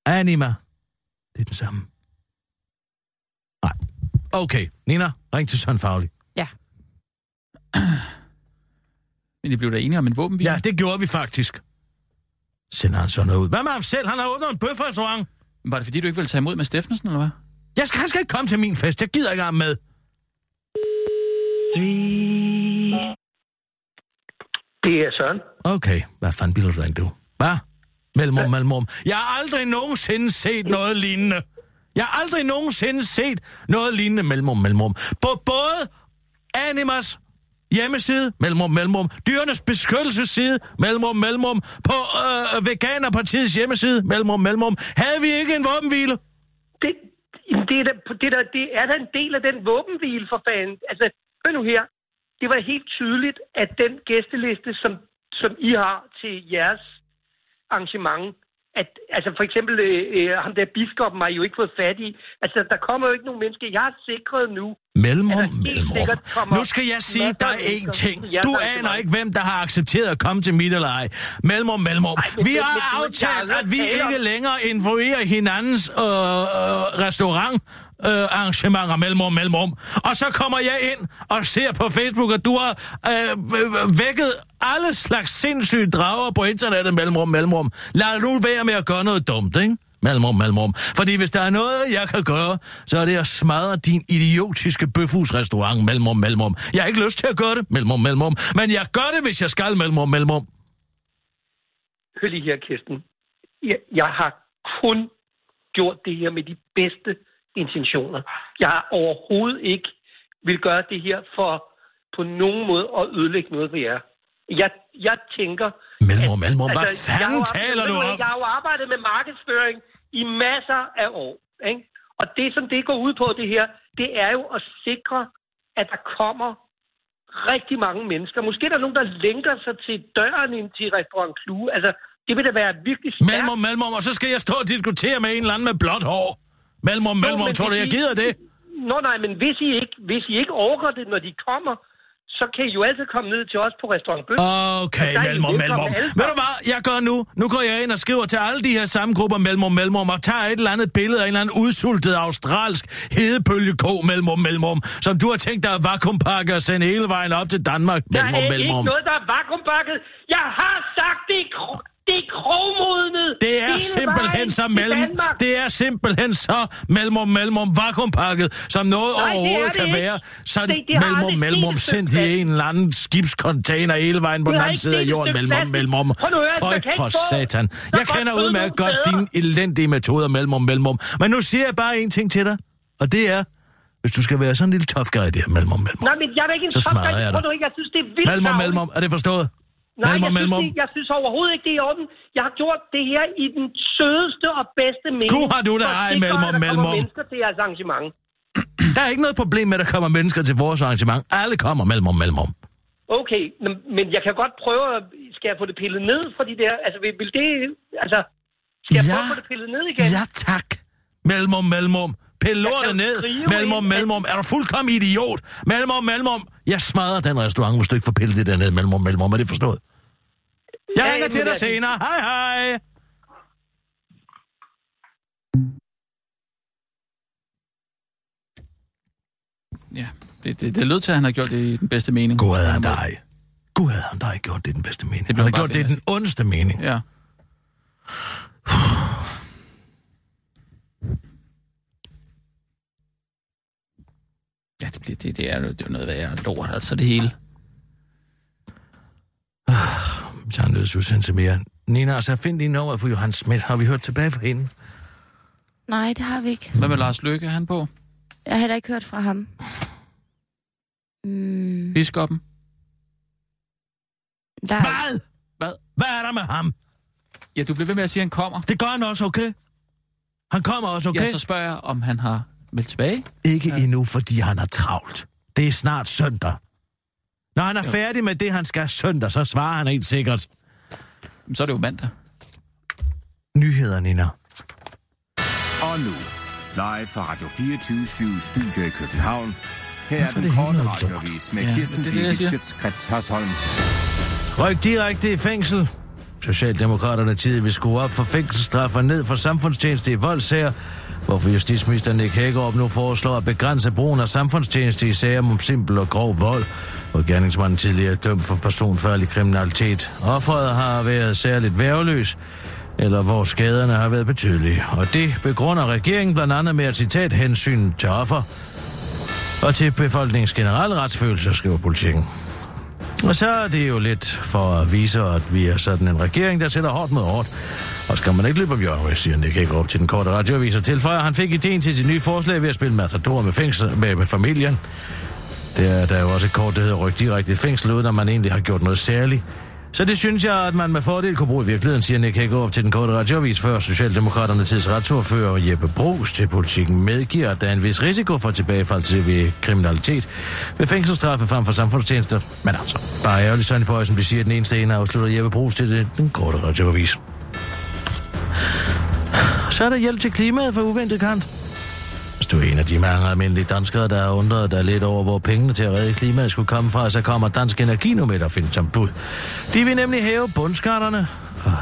Speaker 5: Anima. Det er den samme. Nej. Okay, Nina, ring til Søren Fagli.
Speaker 3: Men I blev da enige om en våbenhvile?
Speaker 5: Ja, det gjorde vi faktisk. Sender han sådan noget ud. Hvad med ham selv? Han har åbnet en bøfrestaurant.
Speaker 3: Men Var det fordi, du ikke ville tage imod med Steffensen, eller hvad?
Speaker 5: Jeg skal, han skal ikke komme til min fest. Jeg gider ikke ham med.
Speaker 11: Det er Søren.
Speaker 5: Okay, hvad fanden bilder du dig ind, du? Hvad? Mellemrum, mellemrum. Jeg har aldrig nogensinde set noget lignende. Jeg har aldrig nogensinde set noget lignende mellemrum, mellemrum. På både Animas hjemmeside, mellemrum, mellemrum, dyrenes beskyttelsesside, mellemrum, mellemrum, på øh, Veganerpartiets hjemmeside, mellemrum, mellemrum, havde vi ikke en våbenhvile?
Speaker 11: Det, jamen, det, er da, det, er da, det er da en del af den våbenhvile for fanden. Altså, hør nu her. Det var helt tydeligt, at den gæsteliste, som, som I har til jeres arrangement, at, altså for eksempel øh, øh, ham der biskoppen har I jo ikke fået fat i. Altså, der kommer jo ikke nogen mennesker. Jeg har sikret nu. at der
Speaker 5: Mellemrum,
Speaker 11: helt
Speaker 5: mellemrum.
Speaker 11: sikkert kommer
Speaker 5: Nu skal jeg sige
Speaker 11: masser
Speaker 5: dig én
Speaker 11: af mennesker
Speaker 5: ting.
Speaker 11: til jeres
Speaker 5: Du
Speaker 11: arrangement.
Speaker 5: aner ikke, hvem der har accepteret at komme til mit eller ej. Mellemrum, mellemrum.
Speaker 11: Ej, men
Speaker 5: Vi
Speaker 11: det- men
Speaker 5: har
Speaker 11: det- jeg har
Speaker 5: aftalt,
Speaker 11: aldrig
Speaker 5: at vi
Speaker 11: talt om-
Speaker 5: ikke længere influerer hinandens øh, øh, restaurant øh, arrangementer mellemrum, mellemrum. Og så kommer jeg ind og ser på Facebook, at du har øh, øh, vækket alle slags sindssyge drager på internettet mellemrum, mellemrum. Lad nu være med at gøre noget dumt, ikke? Mellemrum, mellemrum. Fordi hvis der er noget, jeg kan gøre, så er det at smadre din idiotiske bøfhusrestaurant mellemrum, mellemrum. Jeg har ikke lyst til at gøre det mellemrum, mellemrum. Men jeg gør det, hvis jeg skal mellemrum, mellemrum.
Speaker 11: Hør lige her, Kirsten. Jeg, jeg har kun gjort det her med de bedste intentioner. Jeg har overhovedet ikke vil gøre det her for på nogen måde at ødelægge noget for jer. Jeg, jeg tænker... altså,
Speaker 5: Mellemrum, mellemrum. Hvad
Speaker 11: jeg har
Speaker 5: fanden
Speaker 11: jo arbejdet-
Speaker 5: taler du
Speaker 11: ved hvad,
Speaker 5: om?
Speaker 11: Jeg har jo arbejdet med markedsføring i masser af år. Ikke? Og det, som det går ud på, det her, det er jo at sikre, at der kommer rigtig mange mennesker. Måske er der nogen, der lænker sig til døren ind til restaurant Clue. Altså, det vil da være virkelig stærkt.
Speaker 5: Mellemrum, mellemrum, og så skal jeg stå og diskutere med en eller anden med blåt hår. Mellemrum, mellemrum,
Speaker 11: men
Speaker 5: tror du,
Speaker 11: hvis
Speaker 5: jeg
Speaker 11: I-
Speaker 5: gider det?
Speaker 11: Nå nej, men hvis I ikke, hvis I ikke overgår det, når de kommer, så kan I jo altid komme ned til os på restaurant Bøs.
Speaker 5: Okay, mellemrum, mellemrum. Ved du hvad, jeg gør nu? Nu går jeg ind og skriver til alle de her samme grupper mellemrum, mellemrum, og tager et eller andet billede af en eller anden udsultet australsk hedebølgeko mellemrum, mellemrum, som du har tænkt dig at vakuumpakke og sende hele vejen op til Danmark
Speaker 11: Der
Speaker 5: mellemrum,
Speaker 11: er
Speaker 5: mellemrum.
Speaker 11: ikke noget, der er vakuumpakket. Jeg har sagt, det er, kro- det er krogmodnet.
Speaker 5: Det er simpelthen så mellem, det er simpelthen så mellemrum, mellemrum, vakuumpakket, som noget
Speaker 11: Nej, det er
Speaker 5: overhovedet
Speaker 11: det
Speaker 5: kan
Speaker 11: ikke.
Speaker 5: være. Så
Speaker 11: Det- det har
Speaker 5: mellemrum,
Speaker 11: aldrig
Speaker 5: mellemrum,
Speaker 11: set et
Speaker 5: sendt
Speaker 11: stykke
Speaker 5: i en eller anden skibscontainer hele vejen på
Speaker 11: Det
Speaker 5: den
Speaker 11: har
Speaker 5: anden
Speaker 11: ikke
Speaker 5: side af
Speaker 11: set et
Speaker 5: jorden,
Speaker 11: stykke
Speaker 5: mellemrum,
Speaker 11: plastik.
Speaker 5: mellemrum.
Speaker 11: Prøv nu at høre,
Speaker 5: Føj
Speaker 11: man kan
Speaker 5: for
Speaker 11: ikke få-
Speaker 5: satan.
Speaker 11: Der
Speaker 5: Jeg
Speaker 11: er godt
Speaker 5: kender
Speaker 11: føde
Speaker 5: udmærket godt
Speaker 11: nogle
Speaker 5: dine elendige metoder, mellemrum, mellemrum. Men nu siger jeg bare en ting til dig, og det er, hvis du skal være sådan en lille tough guy der, mellemrum, mellemrum.
Speaker 11: Nej, men jeg er da ikke en
Speaker 5: Så smadrer
Speaker 11: topgang.
Speaker 5: jeg dig.
Speaker 11: Prøv nu ikke, jeg synes, det er vildt
Speaker 5: Mellemrum,
Speaker 11: tarveligt.
Speaker 5: mellemrum, er det forstået?
Speaker 11: Nej,
Speaker 5: Mellemrum,
Speaker 11: jeg, synes,
Speaker 5: mellemrum.
Speaker 11: det, jeg synes overhovedet ikke, det er i orden. Jeg har gjort det her i den sødeste og bedste mening.
Speaker 5: Gud, har du da
Speaker 11: For
Speaker 5: ej,
Speaker 11: at sikre,
Speaker 5: Mellemrum,
Speaker 11: at der kommer
Speaker 5: Mellemrum.
Speaker 11: mennesker til jeres arrangement.
Speaker 5: Der er ikke noget problem med, at der kommer mennesker til vores arrangement. Alle kommer mellemrum, mellemrum.
Speaker 11: Okay, men, men jeg kan godt prøve at... Skal jeg få det pillet ned fra de der... Altså, vil, vil det... Altså, skal jeg
Speaker 5: Ja.
Speaker 11: prøve at få det pillet ned igen?
Speaker 5: Ja, tak. Mellemrum, mellemrum. Pille lortet ned. Mellemrum, mellemrum. Er du fuldkommen idiot? Mellemrum, mellemrum. Jeg smadrer den restaurant, hvis du ikke får pillet det der ned. Mellemrum, mellemrum. Er det forstået? Jeg
Speaker 11: Ja,
Speaker 5: ringer
Speaker 11: men
Speaker 5: til
Speaker 11: det
Speaker 5: dig
Speaker 11: er det.
Speaker 5: senere. Hej, hej.
Speaker 3: Ja, det, det, det lød til, at han har gjort det i den bedste mening.
Speaker 5: God ad dig. Gud havde han der ikke gjort det i den bedste mening.
Speaker 3: Det
Speaker 5: Det
Speaker 3: blev
Speaker 5: han har
Speaker 3: bare
Speaker 5: gjort det i
Speaker 3: ved,
Speaker 5: den ondeste mening.
Speaker 3: Ja. Ja, det, bliver- det, det, er, jo- det er jo noget værre lort, altså det hele.
Speaker 5: Så han nødt til at mere. Nina, altså find din nummer på Johan Schmidt. Har vi hørt tilbage fra hende?
Speaker 4: Nej, det har vi ikke.
Speaker 3: Hvad med Lars Løkke, er han på?
Speaker 4: Jeg har heller ikke hørt fra ham. Mm,
Speaker 3: Biskoppen?
Speaker 4: der,
Speaker 5: Hvad?
Speaker 3: Hvad?
Speaker 5: Hvad er der med ham?
Speaker 3: Ja, du bliver ved med at sige, at han kommer.
Speaker 5: Det gør han også, okay? Han kommer også, okay?
Speaker 3: Ja, så spørger jeg, om han har meldt tilbage.
Speaker 5: Ikke ja. endnu, fordi han har travlt. Det er snart søndag. Når han er færdig med det, han skal søndag, så svarer han helt sikkert.
Speaker 3: Jamen, Så er det jo mandag.
Speaker 5: Nyheder, Nina.
Speaker 6: Og nu, live fra Radio 24 Studio i København. Her
Speaker 5: Hvorfor er
Speaker 6: er
Speaker 5: det
Speaker 6: den
Speaker 5: hele
Speaker 6: korte
Speaker 5: noget lort?
Speaker 6: radiovis med
Speaker 3: Ja,
Speaker 6: ja,
Speaker 3: men
Speaker 6: Kirsten
Speaker 3: det er det, jeg
Speaker 6: Birgit
Speaker 3: siger.
Speaker 6: Schøtzgrads Hasholm.
Speaker 5: Ryk direkte i fængsel. Socialdemokraterne tid vil skrue op for fængselsstraffer ned for samfundstjeneste i voldsager, hvorfor justitsminister Nick Hagerup nu foreslår at begrænse brugen af samfundstjeneste i sager om simpel og grov vold, hvor gerningsmanden tidligere er dømt for personfærdig kriminalitet. Offeret har været særligt værveløs, eller hvor skaderne har været betydelige. Og det begrunder regeringen blandt andet med at citat hensyn til offer og til befolkningens generelle retsfølelse, skriver politikken. Og så er det jo lidt for at vise, at vi er sådan en regering, der sætter hårdt mod hårdt. Og skal man ikke løbe om hjørnet, siger Nick ikke op til den korte radioavis og tilføjer. Han fik ideen til sit nye forslag ved at spille Matador med, fængsel, med, med familien. Det er, der er jo også et kort, der hedder ryk direkte i fængsel, uden at man egentlig har gjort noget særligt. Så det synes jeg, at man med fordel kunne bruge i virkeligheden, siger Nick Hækkerup til den korte radioavis, før Socialdemokraterne tids retsordfører Jeppe Brugs til politikken medgiver, at der er en vis risiko for tilbagefald til ved kriminalitet ved fængselsstraffe frem for samfundstjenester. Men altså, bare ærgerligt, Sonny Pøjsen, vi siger, at den eneste ene afslutter Jeppe Brugs til det, den korte radioavis. Så er der hjælp til klimaet for uventet kant. Hvis du er en af de mange almindelige danskere, der har undret dig lidt over, hvor pengene til at redde klimaet skulle komme fra, så kommer Dansk Energi nu med at finde som bud. De vil nemlig hæve bundskatterne. Øj.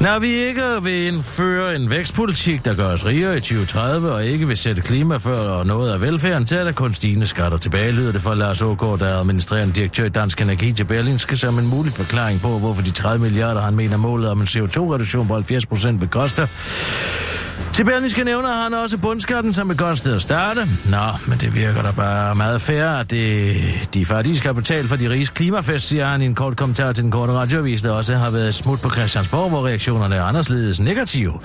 Speaker 5: Når vi ikke vil indføre en vækstpolitik, der gør os rigere i 2030, og ikke vil sætte klima før og noget af velfærden, så er der kun stigende skatter tilbage, lyder det fra Lars Ågaard, der er administrerende direktør i Dansk Energi til Berlinske, som en mulig forklaring på, hvorfor de 30 milliarder, han mener målet om en CO2-reduktion på 70 procent vil koste. Til Berlingske nævner han også bundskatten som et godt sted at starte. Nå, men det virker da bare meget fair, at det, de fattige skal betale for de riges klimafest, siger han i en kort kommentar til den korte radioavis, der også har været et smut på Christiansborg, hvor reaktionerne er anderledes negative.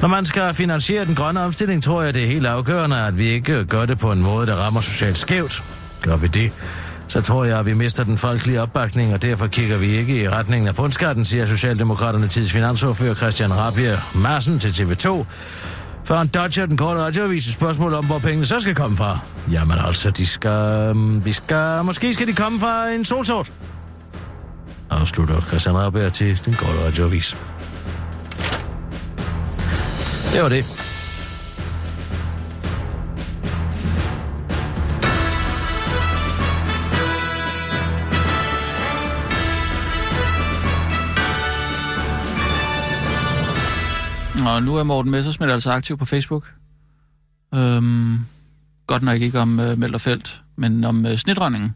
Speaker 5: Når man skal finansiere den grønne omstilling, tror jeg, det er helt afgørende, at vi ikke gør det på en måde, der rammer socialt skævt. Gør vi det, så tror jeg, at vi mister den folkelige opbakning, og derfor kigger vi ikke i retningen af bundskatten, siger Socialdemokraterne tids finansordfører Christian Rabia Madsen til TV2. For han dodger den korte radioavis et spørgsmål om, hvor pengene så skal komme fra. Jamen altså, de skal... Vi skal... Måske skal de komme fra en solsort. Afslutter Christian Rabia til den korte radioavis. Det var det.
Speaker 3: Og nu er Morten Messersmith altså aktiv på Facebook. Øhm, godt nok ikke om øh, Melderfelt, men om øh, snitronningen.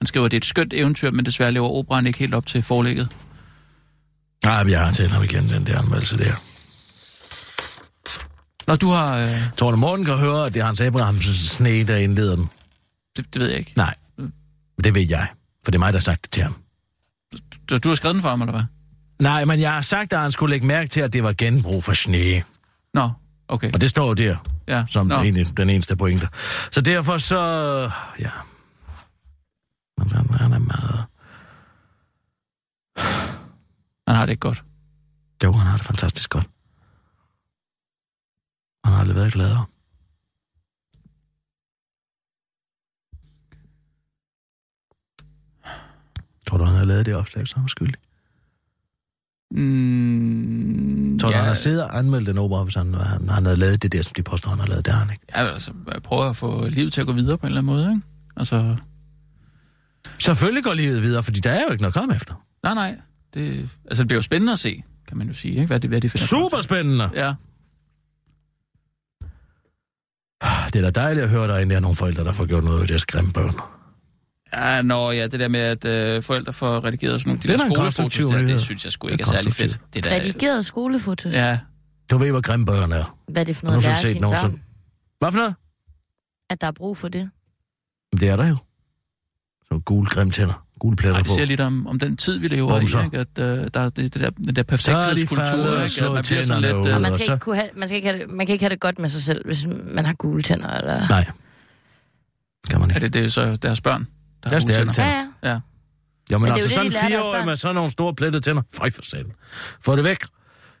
Speaker 3: Han skriver, at det er et skønt eventyr, men desværre lever operan ikke helt op til forlægget.
Speaker 5: Nej, men Ah, jeg har talt ham igen, den der anmeldelse der.
Speaker 3: Når du har... Øh...
Speaker 5: Tror du, Morten kan høre, at det er Hans Abrahamsens sne, der indleder den?
Speaker 3: Det, det ved jeg ikke.
Speaker 5: Nej, men det ved jeg, for det er mig, der har sagt det til ham.
Speaker 3: Du, du har skrevet den for ham, eller hvad?
Speaker 5: Nej, men jeg har sagt, at han skulle lægge mærke til, at det var genbrug for sne.
Speaker 3: Nå, okay.
Speaker 5: Og det står jo der,
Speaker 3: Ja,
Speaker 5: som
Speaker 3: nå.
Speaker 5: no. den eneste pointe. Så derfor så... Ja. Men han, han er meget...
Speaker 3: Han har det ikke godt.
Speaker 5: Jo, han har det fantastisk godt. Han har aldrig været gladere. Tror du, han har lavet det opslag, så er han skyldig?
Speaker 3: Mm,
Speaker 5: Tror du,
Speaker 3: ja,
Speaker 5: han har siddet og anmeldt en opera, hvis han, han, han havde lavet det der, som de påstår, han har lavet? Det har han ikke.
Speaker 3: ja, altså, jeg prøver at få livet til at gå videre på en eller anden måde, ikke? Altså,
Speaker 5: Selvfølgelig går livet videre, fordi der er jo ikke noget at komme efter.
Speaker 3: nej, nej. Det, altså, det bliver jo spændende at se, kan man jo sige, ikke? Hvad det, hvad det finder frem
Speaker 5: Super spændende!
Speaker 3: til. Ja.
Speaker 5: Det er da dejligt at høre, at der egentlig er nogle forældre, der får gjort noget af deres grimme børn.
Speaker 3: Ja, nå, ja, det der med, at øh, forældre får redigeret sådan nogle de
Speaker 5: Det er
Speaker 3: der
Speaker 5: da en
Speaker 3: skolefotos,
Speaker 5: konstruktiv
Speaker 3: der,
Speaker 5: nyhed.
Speaker 3: det synes jeg sgu
Speaker 5: Det er
Speaker 3: ikke er særlig
Speaker 5: konstruktivt.
Speaker 3: fedt. Det der,
Speaker 4: Redigeret skolefotos. Ja.
Speaker 3: ja,
Speaker 5: Du ved, hvor grimme børn er.
Speaker 4: Hvad er det for
Speaker 5: Har
Speaker 4: noget
Speaker 5: du
Speaker 4: at lære
Speaker 5: så set
Speaker 4: sine
Speaker 5: nogen
Speaker 4: børn?
Speaker 5: sådan? Hvad for noget?
Speaker 4: At der er brug for det.
Speaker 5: Det er der jo. Så gule grimme tænder. Gule pletter
Speaker 3: nej,
Speaker 5: på.
Speaker 3: det siger lidt om, om den tid, vi lever
Speaker 5: Bumser.
Speaker 3: i, ikke? At øh, der er det, det der, den der
Speaker 5: Så er de faldet
Speaker 3: perfekthedskultur,
Speaker 5: og
Speaker 3: ikke? At man
Speaker 5: slået
Speaker 3: bliver sådan
Speaker 5: tænderne
Speaker 3: lidt...
Speaker 5: ud,
Speaker 3: Øh,
Speaker 4: Og man
Speaker 5: og
Speaker 4: skal,
Speaker 5: så-
Speaker 4: ikke kunne have, man, skal ikke have det, man kan ikke have det godt med sig selv, hvis man har gule tænder. Eller...
Speaker 5: Nej. Kan man
Speaker 3: øh, er
Speaker 5: ikke.
Speaker 3: det, det er jo så deres børn, der
Speaker 5: Deres
Speaker 3: har
Speaker 5: stærke
Speaker 3: utænder?
Speaker 5: tænder.
Speaker 4: Ja, ja.
Speaker 3: Ja.
Speaker 5: Jamen
Speaker 4: Men det er
Speaker 5: altså,
Speaker 4: jo
Speaker 5: sådan
Speaker 4: det, de
Speaker 5: en
Speaker 4: lærer deres
Speaker 5: fireårig
Speaker 4: børn.
Speaker 5: med sådan nogle store plettede tænder. Føj for satan. Få det væk.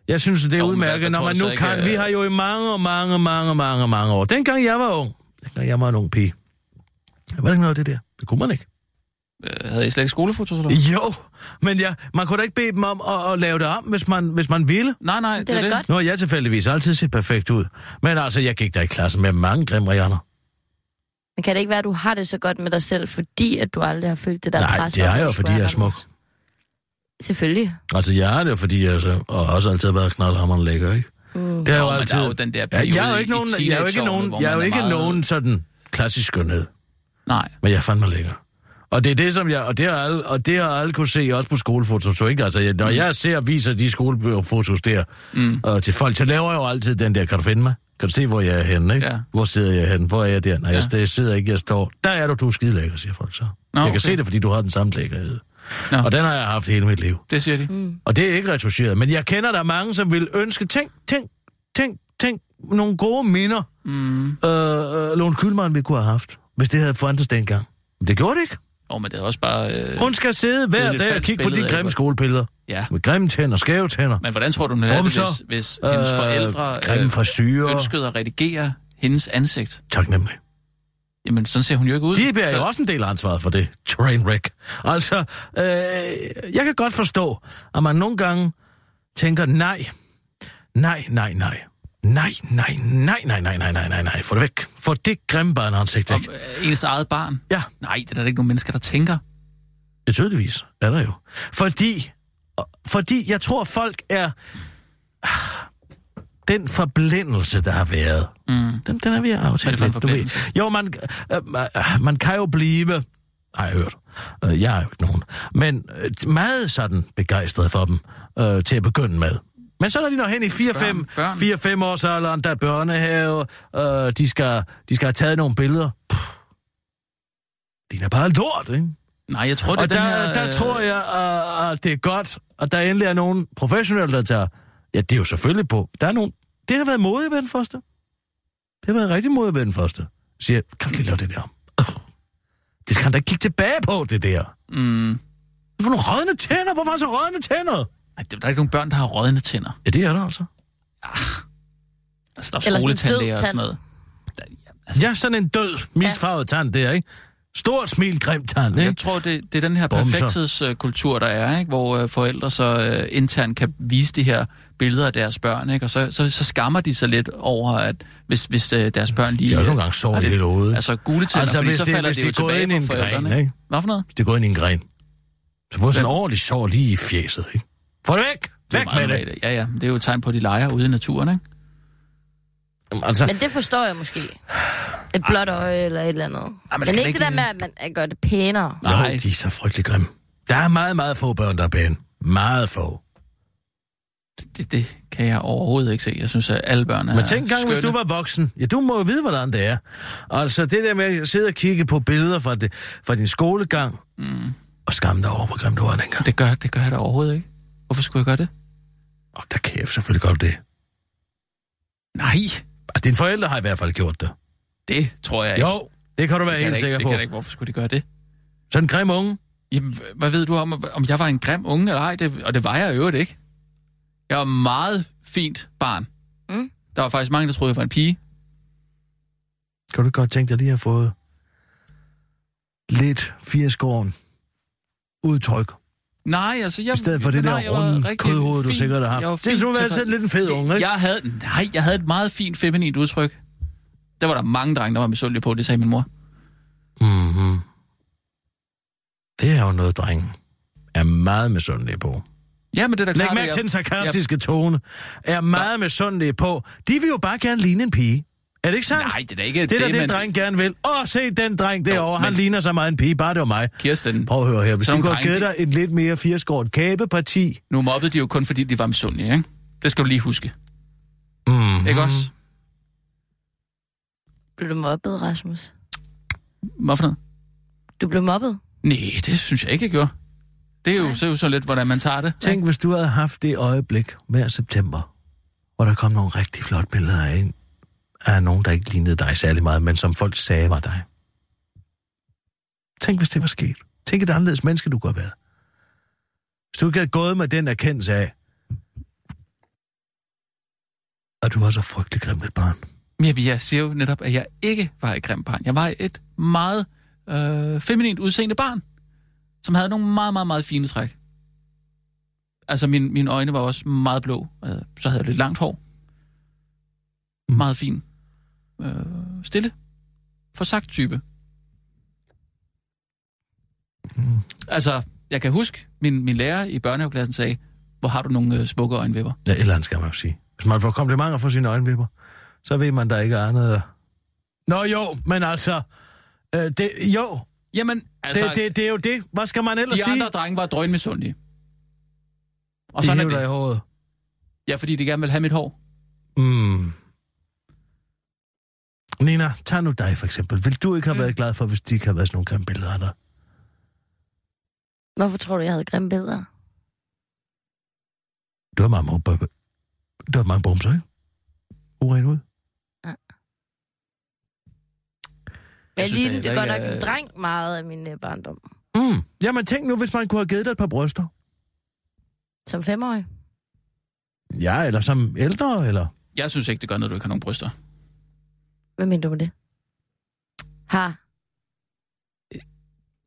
Speaker 5: Jeg synes, det er
Speaker 3: Jo, men
Speaker 5: udmærket,
Speaker 3: jeg
Speaker 5: når
Speaker 3: tror
Speaker 5: man
Speaker 3: så
Speaker 5: nu
Speaker 3: ikke, øh,
Speaker 5: kan.
Speaker 3: at-
Speaker 5: Vi har jo i mange, mange, mange, mange, mange år. Dengang jeg var ung. Dengang jeg var en ung pige. Var det ikke noget af det der? Det kunne man ikke.
Speaker 3: Øh, havde I slet ikke skolefotos, eller hvad?
Speaker 5: Jo, men ja, man kunne da ikke bede dem om at, at lave det om, hvis man, hvis man ville.
Speaker 3: Nej, nej, det,
Speaker 4: Det er da
Speaker 3: det.
Speaker 4: godt.
Speaker 5: Nu har jeg tilfældigvis altid set perfekt ud. Men altså, jeg gik da i klasse med mange grimrianer.
Speaker 4: Men kan det ikke være, at du har det så godt med dig selv, fordi at du aldrig har følt det der
Speaker 5: Nej,
Speaker 4: pres?
Speaker 5: det
Speaker 4: om,
Speaker 5: er
Speaker 4: at
Speaker 5: jo,
Speaker 4: du
Speaker 5: fordi
Speaker 4: skulle
Speaker 5: jeg er
Speaker 4: have
Speaker 5: smuk.
Speaker 4: anderledes? Selvfølgelig.
Speaker 5: Altså, jeg er det jo, fordi jeg så, og også altid har været knaldhammeren lækker, ikke? Mm. Det er jo
Speaker 3: Nå, men
Speaker 5: altid...
Speaker 3: der er jo den der
Speaker 5: ja, jeg er jo
Speaker 3: periode i
Speaker 5: ikke nogen, jeg er jo ikke
Speaker 3: teenageårene,
Speaker 5: nogen,
Speaker 3: hvor
Speaker 5: jeg er jo
Speaker 3: man er
Speaker 5: ikke
Speaker 3: meget-
Speaker 5: nogen sådan klassisk skønhed,
Speaker 3: Nej.
Speaker 5: men jeg er fandme lækker. Og det er det, som jeg, og det har alle, og det har alle kunne se også på skolefotos, så ikke? Altså, jeg,
Speaker 3: Mm.
Speaker 5: når jeg ser og viser de skolefotos der mm. og til folk, så laver jeg jo altid den der, kan du finde mig? Kan du se, hvor jeg er henne, ikke?
Speaker 3: Ja.
Speaker 5: Hvor sidder jeg henne? Hvor er jeg der? Nej,
Speaker 3: Ja.
Speaker 5: ja. jeg sidder ikke, jeg står. Der er du, du er skide lækker, siger folk så.
Speaker 3: Nå,
Speaker 5: jeg
Speaker 3: okay.
Speaker 5: kan se det, fordi du har den samme lækkerhed.
Speaker 3: Nå.
Speaker 5: Og den har jeg haft hele mit liv.
Speaker 3: Det siger de. Mm.
Speaker 5: Og det er ikke retuscheret, men jeg kender der mange, som vil ønske, tænk, tænk, tænk, tænk, nogle gode minder, mm. øh, øh, Lone Kylmeren ville kunne have haft, hvis det havde fandtes dengang. Men det gjorde det ikke.
Speaker 3: Oh, men det er også bare... Øh,
Speaker 5: Hun skal sidde
Speaker 3: er
Speaker 5: hver
Speaker 3: lidt
Speaker 5: dag og
Speaker 3: falsk
Speaker 5: kigge på de
Speaker 3: billede af,
Speaker 5: grimme
Speaker 3: hvor-
Speaker 5: skolebilleder.
Speaker 3: Ja.
Speaker 5: Med grimme tænder, skæve tænder.
Speaker 3: men hvordan tror du, hun havde det,
Speaker 5: Bumser.
Speaker 3: hvis, hvis øh, hendes forældre øh,
Speaker 5: grimme frisyrer.
Speaker 3: ønskede at redigere hendes ansigt?
Speaker 5: Tak nemlig.
Speaker 3: Jamen, sådan ser hun jo ikke ud.
Speaker 5: De bærer
Speaker 3: Så-
Speaker 5: jo også en del af ansvaret for det. Trainwreck. Altså, øh, jeg kan godt forstå, at man nogle gange tænker, nej, nej, nej, nej. Nej, nej, nej, nej, nej, nej, nej, nej, nej. Få det væk. Få det grimme barneansigt væk.
Speaker 3: Om, øh, ens eget barn.
Speaker 5: Ja,
Speaker 3: Nej, det er der ikke nogen mennesker, der tænker.
Speaker 5: ja, tydeligvis er der jo. Fordi, og- fordi jeg tror, folk er... Den forblændelse, der har været, mm. den, den er ved at
Speaker 3: Hvad er
Speaker 5: aftale.
Speaker 3: det for en
Speaker 5: lidt, du ved.
Speaker 3: forblændelse?
Speaker 5: Jo, man, øh, man- øh, man kan jo blive... Ej, jeg hørt. Øh, jeg er jo ikke nogen. Men øh, meget sådan begejstret for dem øh, til at begynde med. Men så når de når hen i
Speaker 3: Børn, børn.
Speaker 5: 4-5 års alderen, der er børnehave, øh, de, skal, de skal have taget nogle billeder. Puh. Det er bare lort, ikke?
Speaker 3: Nej, jeg tror, det er
Speaker 5: Og der,
Speaker 3: den her...
Speaker 5: der
Speaker 3: øh,
Speaker 5: tror jeg, øh, at, at det er godt, og der endelig er nogen professionelle, der tager... Ja, det er jo selvfølgelig på. Der er nogen... Det har været modigt ved den første. Det har været rigtig modigt ved den første. Siger, kan du lige lave det der om? Åh, Det skal han da ikke kigge tilbage på, det der.
Speaker 3: Mm,
Speaker 5: Hvad for nogle rødne tænder? Hvorfor har han så rødne tænder?
Speaker 3: ej, der er ikke nogen børn, der har rådende tænder.
Speaker 5: Ja, det er der altså.
Speaker 3: Altså, der er
Speaker 4: Eller sådan en død
Speaker 3: skoletandlæger og sådan
Speaker 4: tand.
Speaker 3: noget.
Speaker 5: Altså- Ja, sådan en død, misfarvet tand der, ikke? Stort smil, grim tand,
Speaker 3: Jeg
Speaker 5: ikke?
Speaker 3: tror, det, det er den her
Speaker 5: Bumser.
Speaker 3: perfekthedskultur, der er, ikke? hvor øh, forældre så øh, internt kan vise de her billeder af deres børn, ikke? og så, så, så skammer de sig lidt over, at hvis, hvis øh, deres børn lige...
Speaker 5: De har jo
Speaker 3: øh,
Speaker 5: nogle gange sovet
Speaker 3: har lidt-
Speaker 5: hele hovedet.
Speaker 3: Altså gule tænder, altså,
Speaker 5: Altså,
Speaker 3: fordi
Speaker 5: hvis
Speaker 3: så
Speaker 5: det-
Speaker 3: falder
Speaker 5: hvis
Speaker 3: det,
Speaker 5: det
Speaker 3: jo
Speaker 5: er gået
Speaker 3: tilbage
Speaker 5: ind i
Speaker 3: på
Speaker 5: en
Speaker 3: forældrene.
Speaker 5: gren, ikke?
Speaker 3: Hvad for noget?
Speaker 5: Det går ind i en gren. Så får sådan en
Speaker 3: Hvad?
Speaker 5: ordentlig sår lige i fjeset, ikke? Få det væk!
Speaker 3: Væk med det! Ja, ja, det er jo et tegn på, at de leger ude i naturen, ikke?
Speaker 5: Jamen,
Speaker 4: Altså...
Speaker 5: altså,
Speaker 4: Men det forstår jeg måske. Et blåt øje eller et eller andet.
Speaker 5: man
Speaker 4: men
Speaker 5: Ah. skal
Speaker 4: ikke
Speaker 5: ikke-
Speaker 4: det der med, at man gør det pænere.
Speaker 5: nej, de er så frygtelig grimme. Der er meget, meget få børn, der er pæne. Meget få.
Speaker 3: Det, det kan jeg overhovedet ikke se. Jeg synes, at alle børn er
Speaker 5: Men tænk engang, hvis du
Speaker 3: skønne.
Speaker 5: var voksen. Ja, du må jo vide, hvordan det er. Altså, det der med at sidde og kigge på billeder fra, det, fra din skolegang,
Speaker 3: Mm.
Speaker 5: og skamme dig over, hvor grim du var dengang.
Speaker 3: Det gør, det gør jeg da overhovedet ikke. Hvorfor skulle jeg gøre det?
Speaker 5: Og der kæft, selvfølgelig godt det.
Speaker 3: Nej,
Speaker 5: Og dine forældre har i hvert fald gjort det.
Speaker 3: det tror jeg ikke.
Speaker 5: Jo, det kan du
Speaker 3: det
Speaker 5: være
Speaker 3: kan jeg da
Speaker 5: helt
Speaker 3: ikke,
Speaker 5: sikker
Speaker 3: det
Speaker 5: på.
Speaker 3: Kan jeg da ikke. Hvorfor skulle de gøre det?
Speaker 5: Sådan en grim unge.
Speaker 3: Jamen, h- hvad ved du om, om jeg var en grim unge eller ej? Det, og det var jeg i øvrigt ikke. Jeg var meget fint barn.
Speaker 4: Mm.
Speaker 3: Der var faktisk mange, der troede, jeg var en pige.
Speaker 5: Kan du ikke godt tænke dig lige at få lidt 80-gården udtryk?
Speaker 3: Nej, altså... Jeg,
Speaker 5: I stedet for det
Speaker 3: nej,
Speaker 5: der
Speaker 3: jeg var
Speaker 5: runde
Speaker 3: rigtig
Speaker 5: kødhoved, du
Speaker 3: fint.
Speaker 5: sikkert har haft.
Speaker 3: Jeg var
Speaker 5: Det er
Speaker 3: fint
Speaker 5: du vel
Speaker 3: tilfreds.
Speaker 5: selv lidt en fed unge, ikke?
Speaker 3: Jeg havde, nej, jeg havde et meget fint feminint udtryk. Der var der mange drenge, der var misundelige på, det sagde min mor.
Speaker 5: Mm-hmm. Det er jo noget, drengen er meget misundelig på.
Speaker 3: Ja, men det er da
Speaker 5: Læg
Speaker 3: klart, at
Speaker 5: mærke
Speaker 3: jeg-
Speaker 5: til den sarkastiske tone. Er meget misundelige på. De vil jo bare gerne ligne en pige. Er det ikke sandt?
Speaker 3: Nej, det er da ikke
Speaker 5: det er da
Speaker 3: det,
Speaker 5: det, det
Speaker 3: men-
Speaker 5: dreng gerne vil. Åh, se den dreng derovre. Han
Speaker 3: men-
Speaker 5: ligner så meget en pige. Bare det var mig.
Speaker 3: Kirsten,
Speaker 5: Prøv at høre her. Hvis
Speaker 3: Sådan
Speaker 5: du
Speaker 3: nogle
Speaker 5: kunne have givet dig
Speaker 3: drenge,
Speaker 5: et lidt mere firskåret kæbeparti.
Speaker 3: nu mobbede de jo kun, fordi de var misundelige, ikke? Det skal du lige huske,
Speaker 5: Mm.
Speaker 3: ikke også?
Speaker 4: Blev du mobbet, Rasmus?
Speaker 3: Hvorfor noget?
Speaker 4: Du blev mobbet?
Speaker 3: Nej, det synes jeg ikke, jeg gjorde. Det er jo, så, er jo så lidt, hvordan man tager det.
Speaker 5: Tænk, hvis du havde haft det øjeblik hver september, hvor der kom nogle rigtig flotte billeder af en, af nogen, der ikke lignede dig særlig meget, men som folk sagde var dig. Tænk, hvis det var sket. Tænk et anderledes menneske, du kunne have været. Hvis du ikke havde gået med den erkendelse af, at du var så frygtelig grim et barn.
Speaker 3: Jamen, jeg siger jo netop, at jeg ikke var et grimt barn. Jeg var et meget øh, feminint udseende barn, som havde nogle meget, meget, meget fine træk. Altså, min, mine øjne var også meget blå. Øh, så havde jeg lidt langt hår.
Speaker 5: Mm.
Speaker 3: Mm. Meget fin. Øh, stille. Forsagt type.
Speaker 5: Mm.
Speaker 3: Altså, jeg kan huske, min, min lærer i børnehaveklassen sagde, hvor har du nogle øh, smukke øjenvipper?
Speaker 5: Ja, et eller andet skal man jo sige. Hvis man får komplimenter for sine øjenvipper, så ved man, der ikke er andet. at- Nå jo, men altså... Øh, det, jo,
Speaker 3: Jamen, altså,
Speaker 5: Altså, det, det, det er jo det. Hvad skal man ellers
Speaker 3: de
Speaker 5: sige?
Speaker 3: andre drenge var drønmisundelige. Og
Speaker 5: de
Speaker 3: sådan er
Speaker 5: hiver dig
Speaker 3: det.
Speaker 5: i håret.
Speaker 3: Ja, fordi de gerne vil have mit hår.
Speaker 5: Mm. Nina, tag nu dig for eksempel. Vil du ikke have været glad for, hvis de ikke havde været sådan nogle grimme billeder af dig?
Speaker 4: Hvorfor tror du, jeg havde grimme billeder?
Speaker 5: Du har mange, br- du har mange brumser, ikke? Uren ud.
Speaker 4: Jeg, jeg
Speaker 3: synes da
Speaker 4: lignede
Speaker 3: heller
Speaker 4: det godt
Speaker 3: ikke,
Speaker 4: nok
Speaker 3: at-
Speaker 5: øh,
Speaker 4: en dreng meget af min øh, barndom.
Speaker 5: Mm. Jamen tænk nu, hvis man kunne have givet dig et par bryster.
Speaker 4: Som femårig.
Speaker 5: Ja, eller som ældre, eller...
Speaker 3: Jeg synes ikke, det gør noget, du ikke har nogen bryster.
Speaker 4: Hvad mener du med det? Har.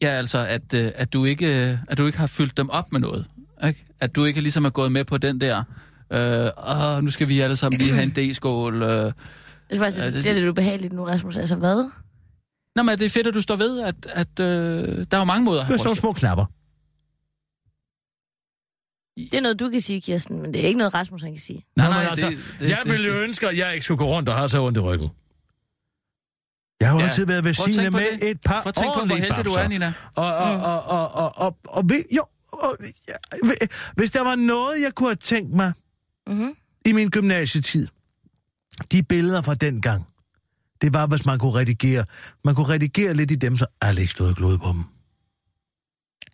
Speaker 3: Ja, altså, at, øh, at, du ikke, øh, at du ikke har fyldt dem op med noget. Ikke? At du ikke ligesom er gået med på den der, øh, åh, nu skal vi alle sammen lige have en D-skål. Øh.
Speaker 4: Det er faktisk
Speaker 3: Ja,
Speaker 4: det,
Speaker 3: det-
Speaker 4: det er lidt ubehageligt nu, Rasmus. Altså hvad?
Speaker 3: Nå, men det er fedt, at du står ved, at, at øh, der er jo mange måder at
Speaker 5: Det
Speaker 3: have
Speaker 5: er sådan nogle
Speaker 3: bryster.
Speaker 5: små knapper.
Speaker 4: Det er noget, du kan sige, Kirsten, men det er ikke noget, Rasmus han kan sige.
Speaker 3: Nej,
Speaker 5: Nå, men altså,
Speaker 3: nej, det, det,
Speaker 5: jeg
Speaker 3: det,
Speaker 5: ville jo
Speaker 3: det,
Speaker 5: ønske, at jeg ikke skulle gå rundt og have så ondt i ryggen. Jeg har jo
Speaker 3: Ja.
Speaker 5: ja. altid været
Speaker 3: Prøv at
Speaker 5: velsignet
Speaker 3: tænke på
Speaker 5: med
Speaker 3: det.
Speaker 5: et par
Speaker 3: Prøv at tænke på, hvor
Speaker 5: ordentlige
Speaker 3: heldig du
Speaker 5: babser.
Speaker 3: er, Nina.
Speaker 5: Og, og, mm. og, og, og, og, og, ved- jo, og, ja, ved- hvis der var noget, jeg kunne have tænkt mig
Speaker 4: Mm-hmm.
Speaker 5: i min gymnasietid, de billeder fra dengang, det var, hvis man kunne redigere. Man kunne redigere lidt i dem, så alle ikke stod og glod på dem.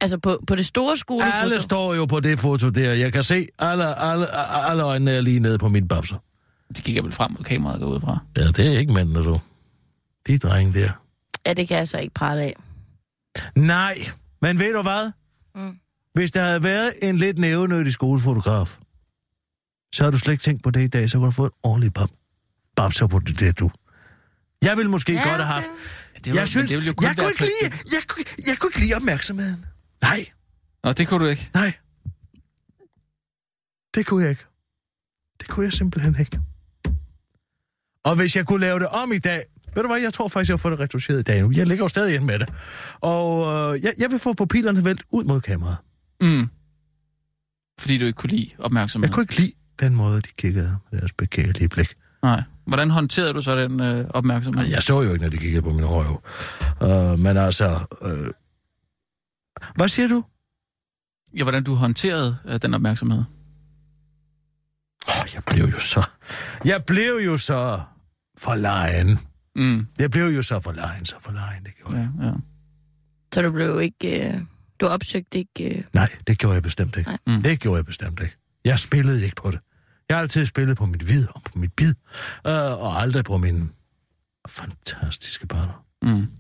Speaker 4: Altså på, på det store skolefoto.
Speaker 5: Alle står jo på det foto der. Jeg kan se, alle, alle, alle øjnene er lige nede på min babser.
Speaker 3: det gik jeg vel frem mod kameraet derude fra.
Speaker 5: Ja, det er ikke mændene, du. De drenge der.
Speaker 4: Ja, det kan jeg så ikke prale af.
Speaker 5: Nej, men ved du hvad?
Speaker 4: Mm.
Speaker 5: Hvis der havde været en lidt nævenødig skolefotograf, så har du slet ikke tænkt på det i dag, så kunne du få en ordentlig bab. Babser på det der, du. Jeg ville måske ja,
Speaker 4: Ja,
Speaker 5: godt have haft...
Speaker 3: Ja, det
Speaker 5: Det
Speaker 3: var-
Speaker 5: var,
Speaker 3: men
Speaker 5: jeg synes,
Speaker 3: det ville jo
Speaker 5: det
Speaker 3: kun
Speaker 5: jeg, kunne
Speaker 3: være
Speaker 5: ikke lide, jeg, kunne, jeg kunne ikke lide opmærksomheden. Nej,
Speaker 3: Nå, det kunne du ikke.
Speaker 5: nej. Det kunne jeg ikke. Det kunne jeg simpelthen ikke. Og hvis jeg kunne lave det om i dag... Ved du hvad, jeg tror faktisk, jeg får det retuscheret i dag nu. Jeg ligger jo stadig inde med det. Og øh, jeg, jeg vil få papirerne vælt ud mod kameraet.
Speaker 3: Mm. Fordi du ikke kunne lide opmærksomhed?
Speaker 5: Jeg kunne ikke lide den måde, de kiggede med deres begærlige blik.
Speaker 3: Nej. Hvordan håndterede du så den øh, opmærksomhed?
Speaker 5: Jeg så jo ikke, når de kiggede på min røv. Uh, men altså... Uh... Hvad siger du?
Speaker 3: Ja, hvordan du håndterede øh, den opmærksomhed?
Speaker 5: Oh, jeg blev jo så... Jeg blev jo så forlegen.
Speaker 3: Mm.
Speaker 5: Jeg blev jo så forlegen, så forlegen, det gjorde jeg.
Speaker 3: Ja, ja.
Speaker 4: Så du blev ikke... Øh, du opsøgte ikke... Øh,
Speaker 5: Nej, det gjorde jeg bestemt ikke.
Speaker 3: Mm.
Speaker 5: Det gjorde jeg bestemt ikke. Jeg spillede ikke på det. Jeg har altid spillet på mit hvid og på mit bid, øh, og aldrig på mine fantastiske børn.
Speaker 3: Mm.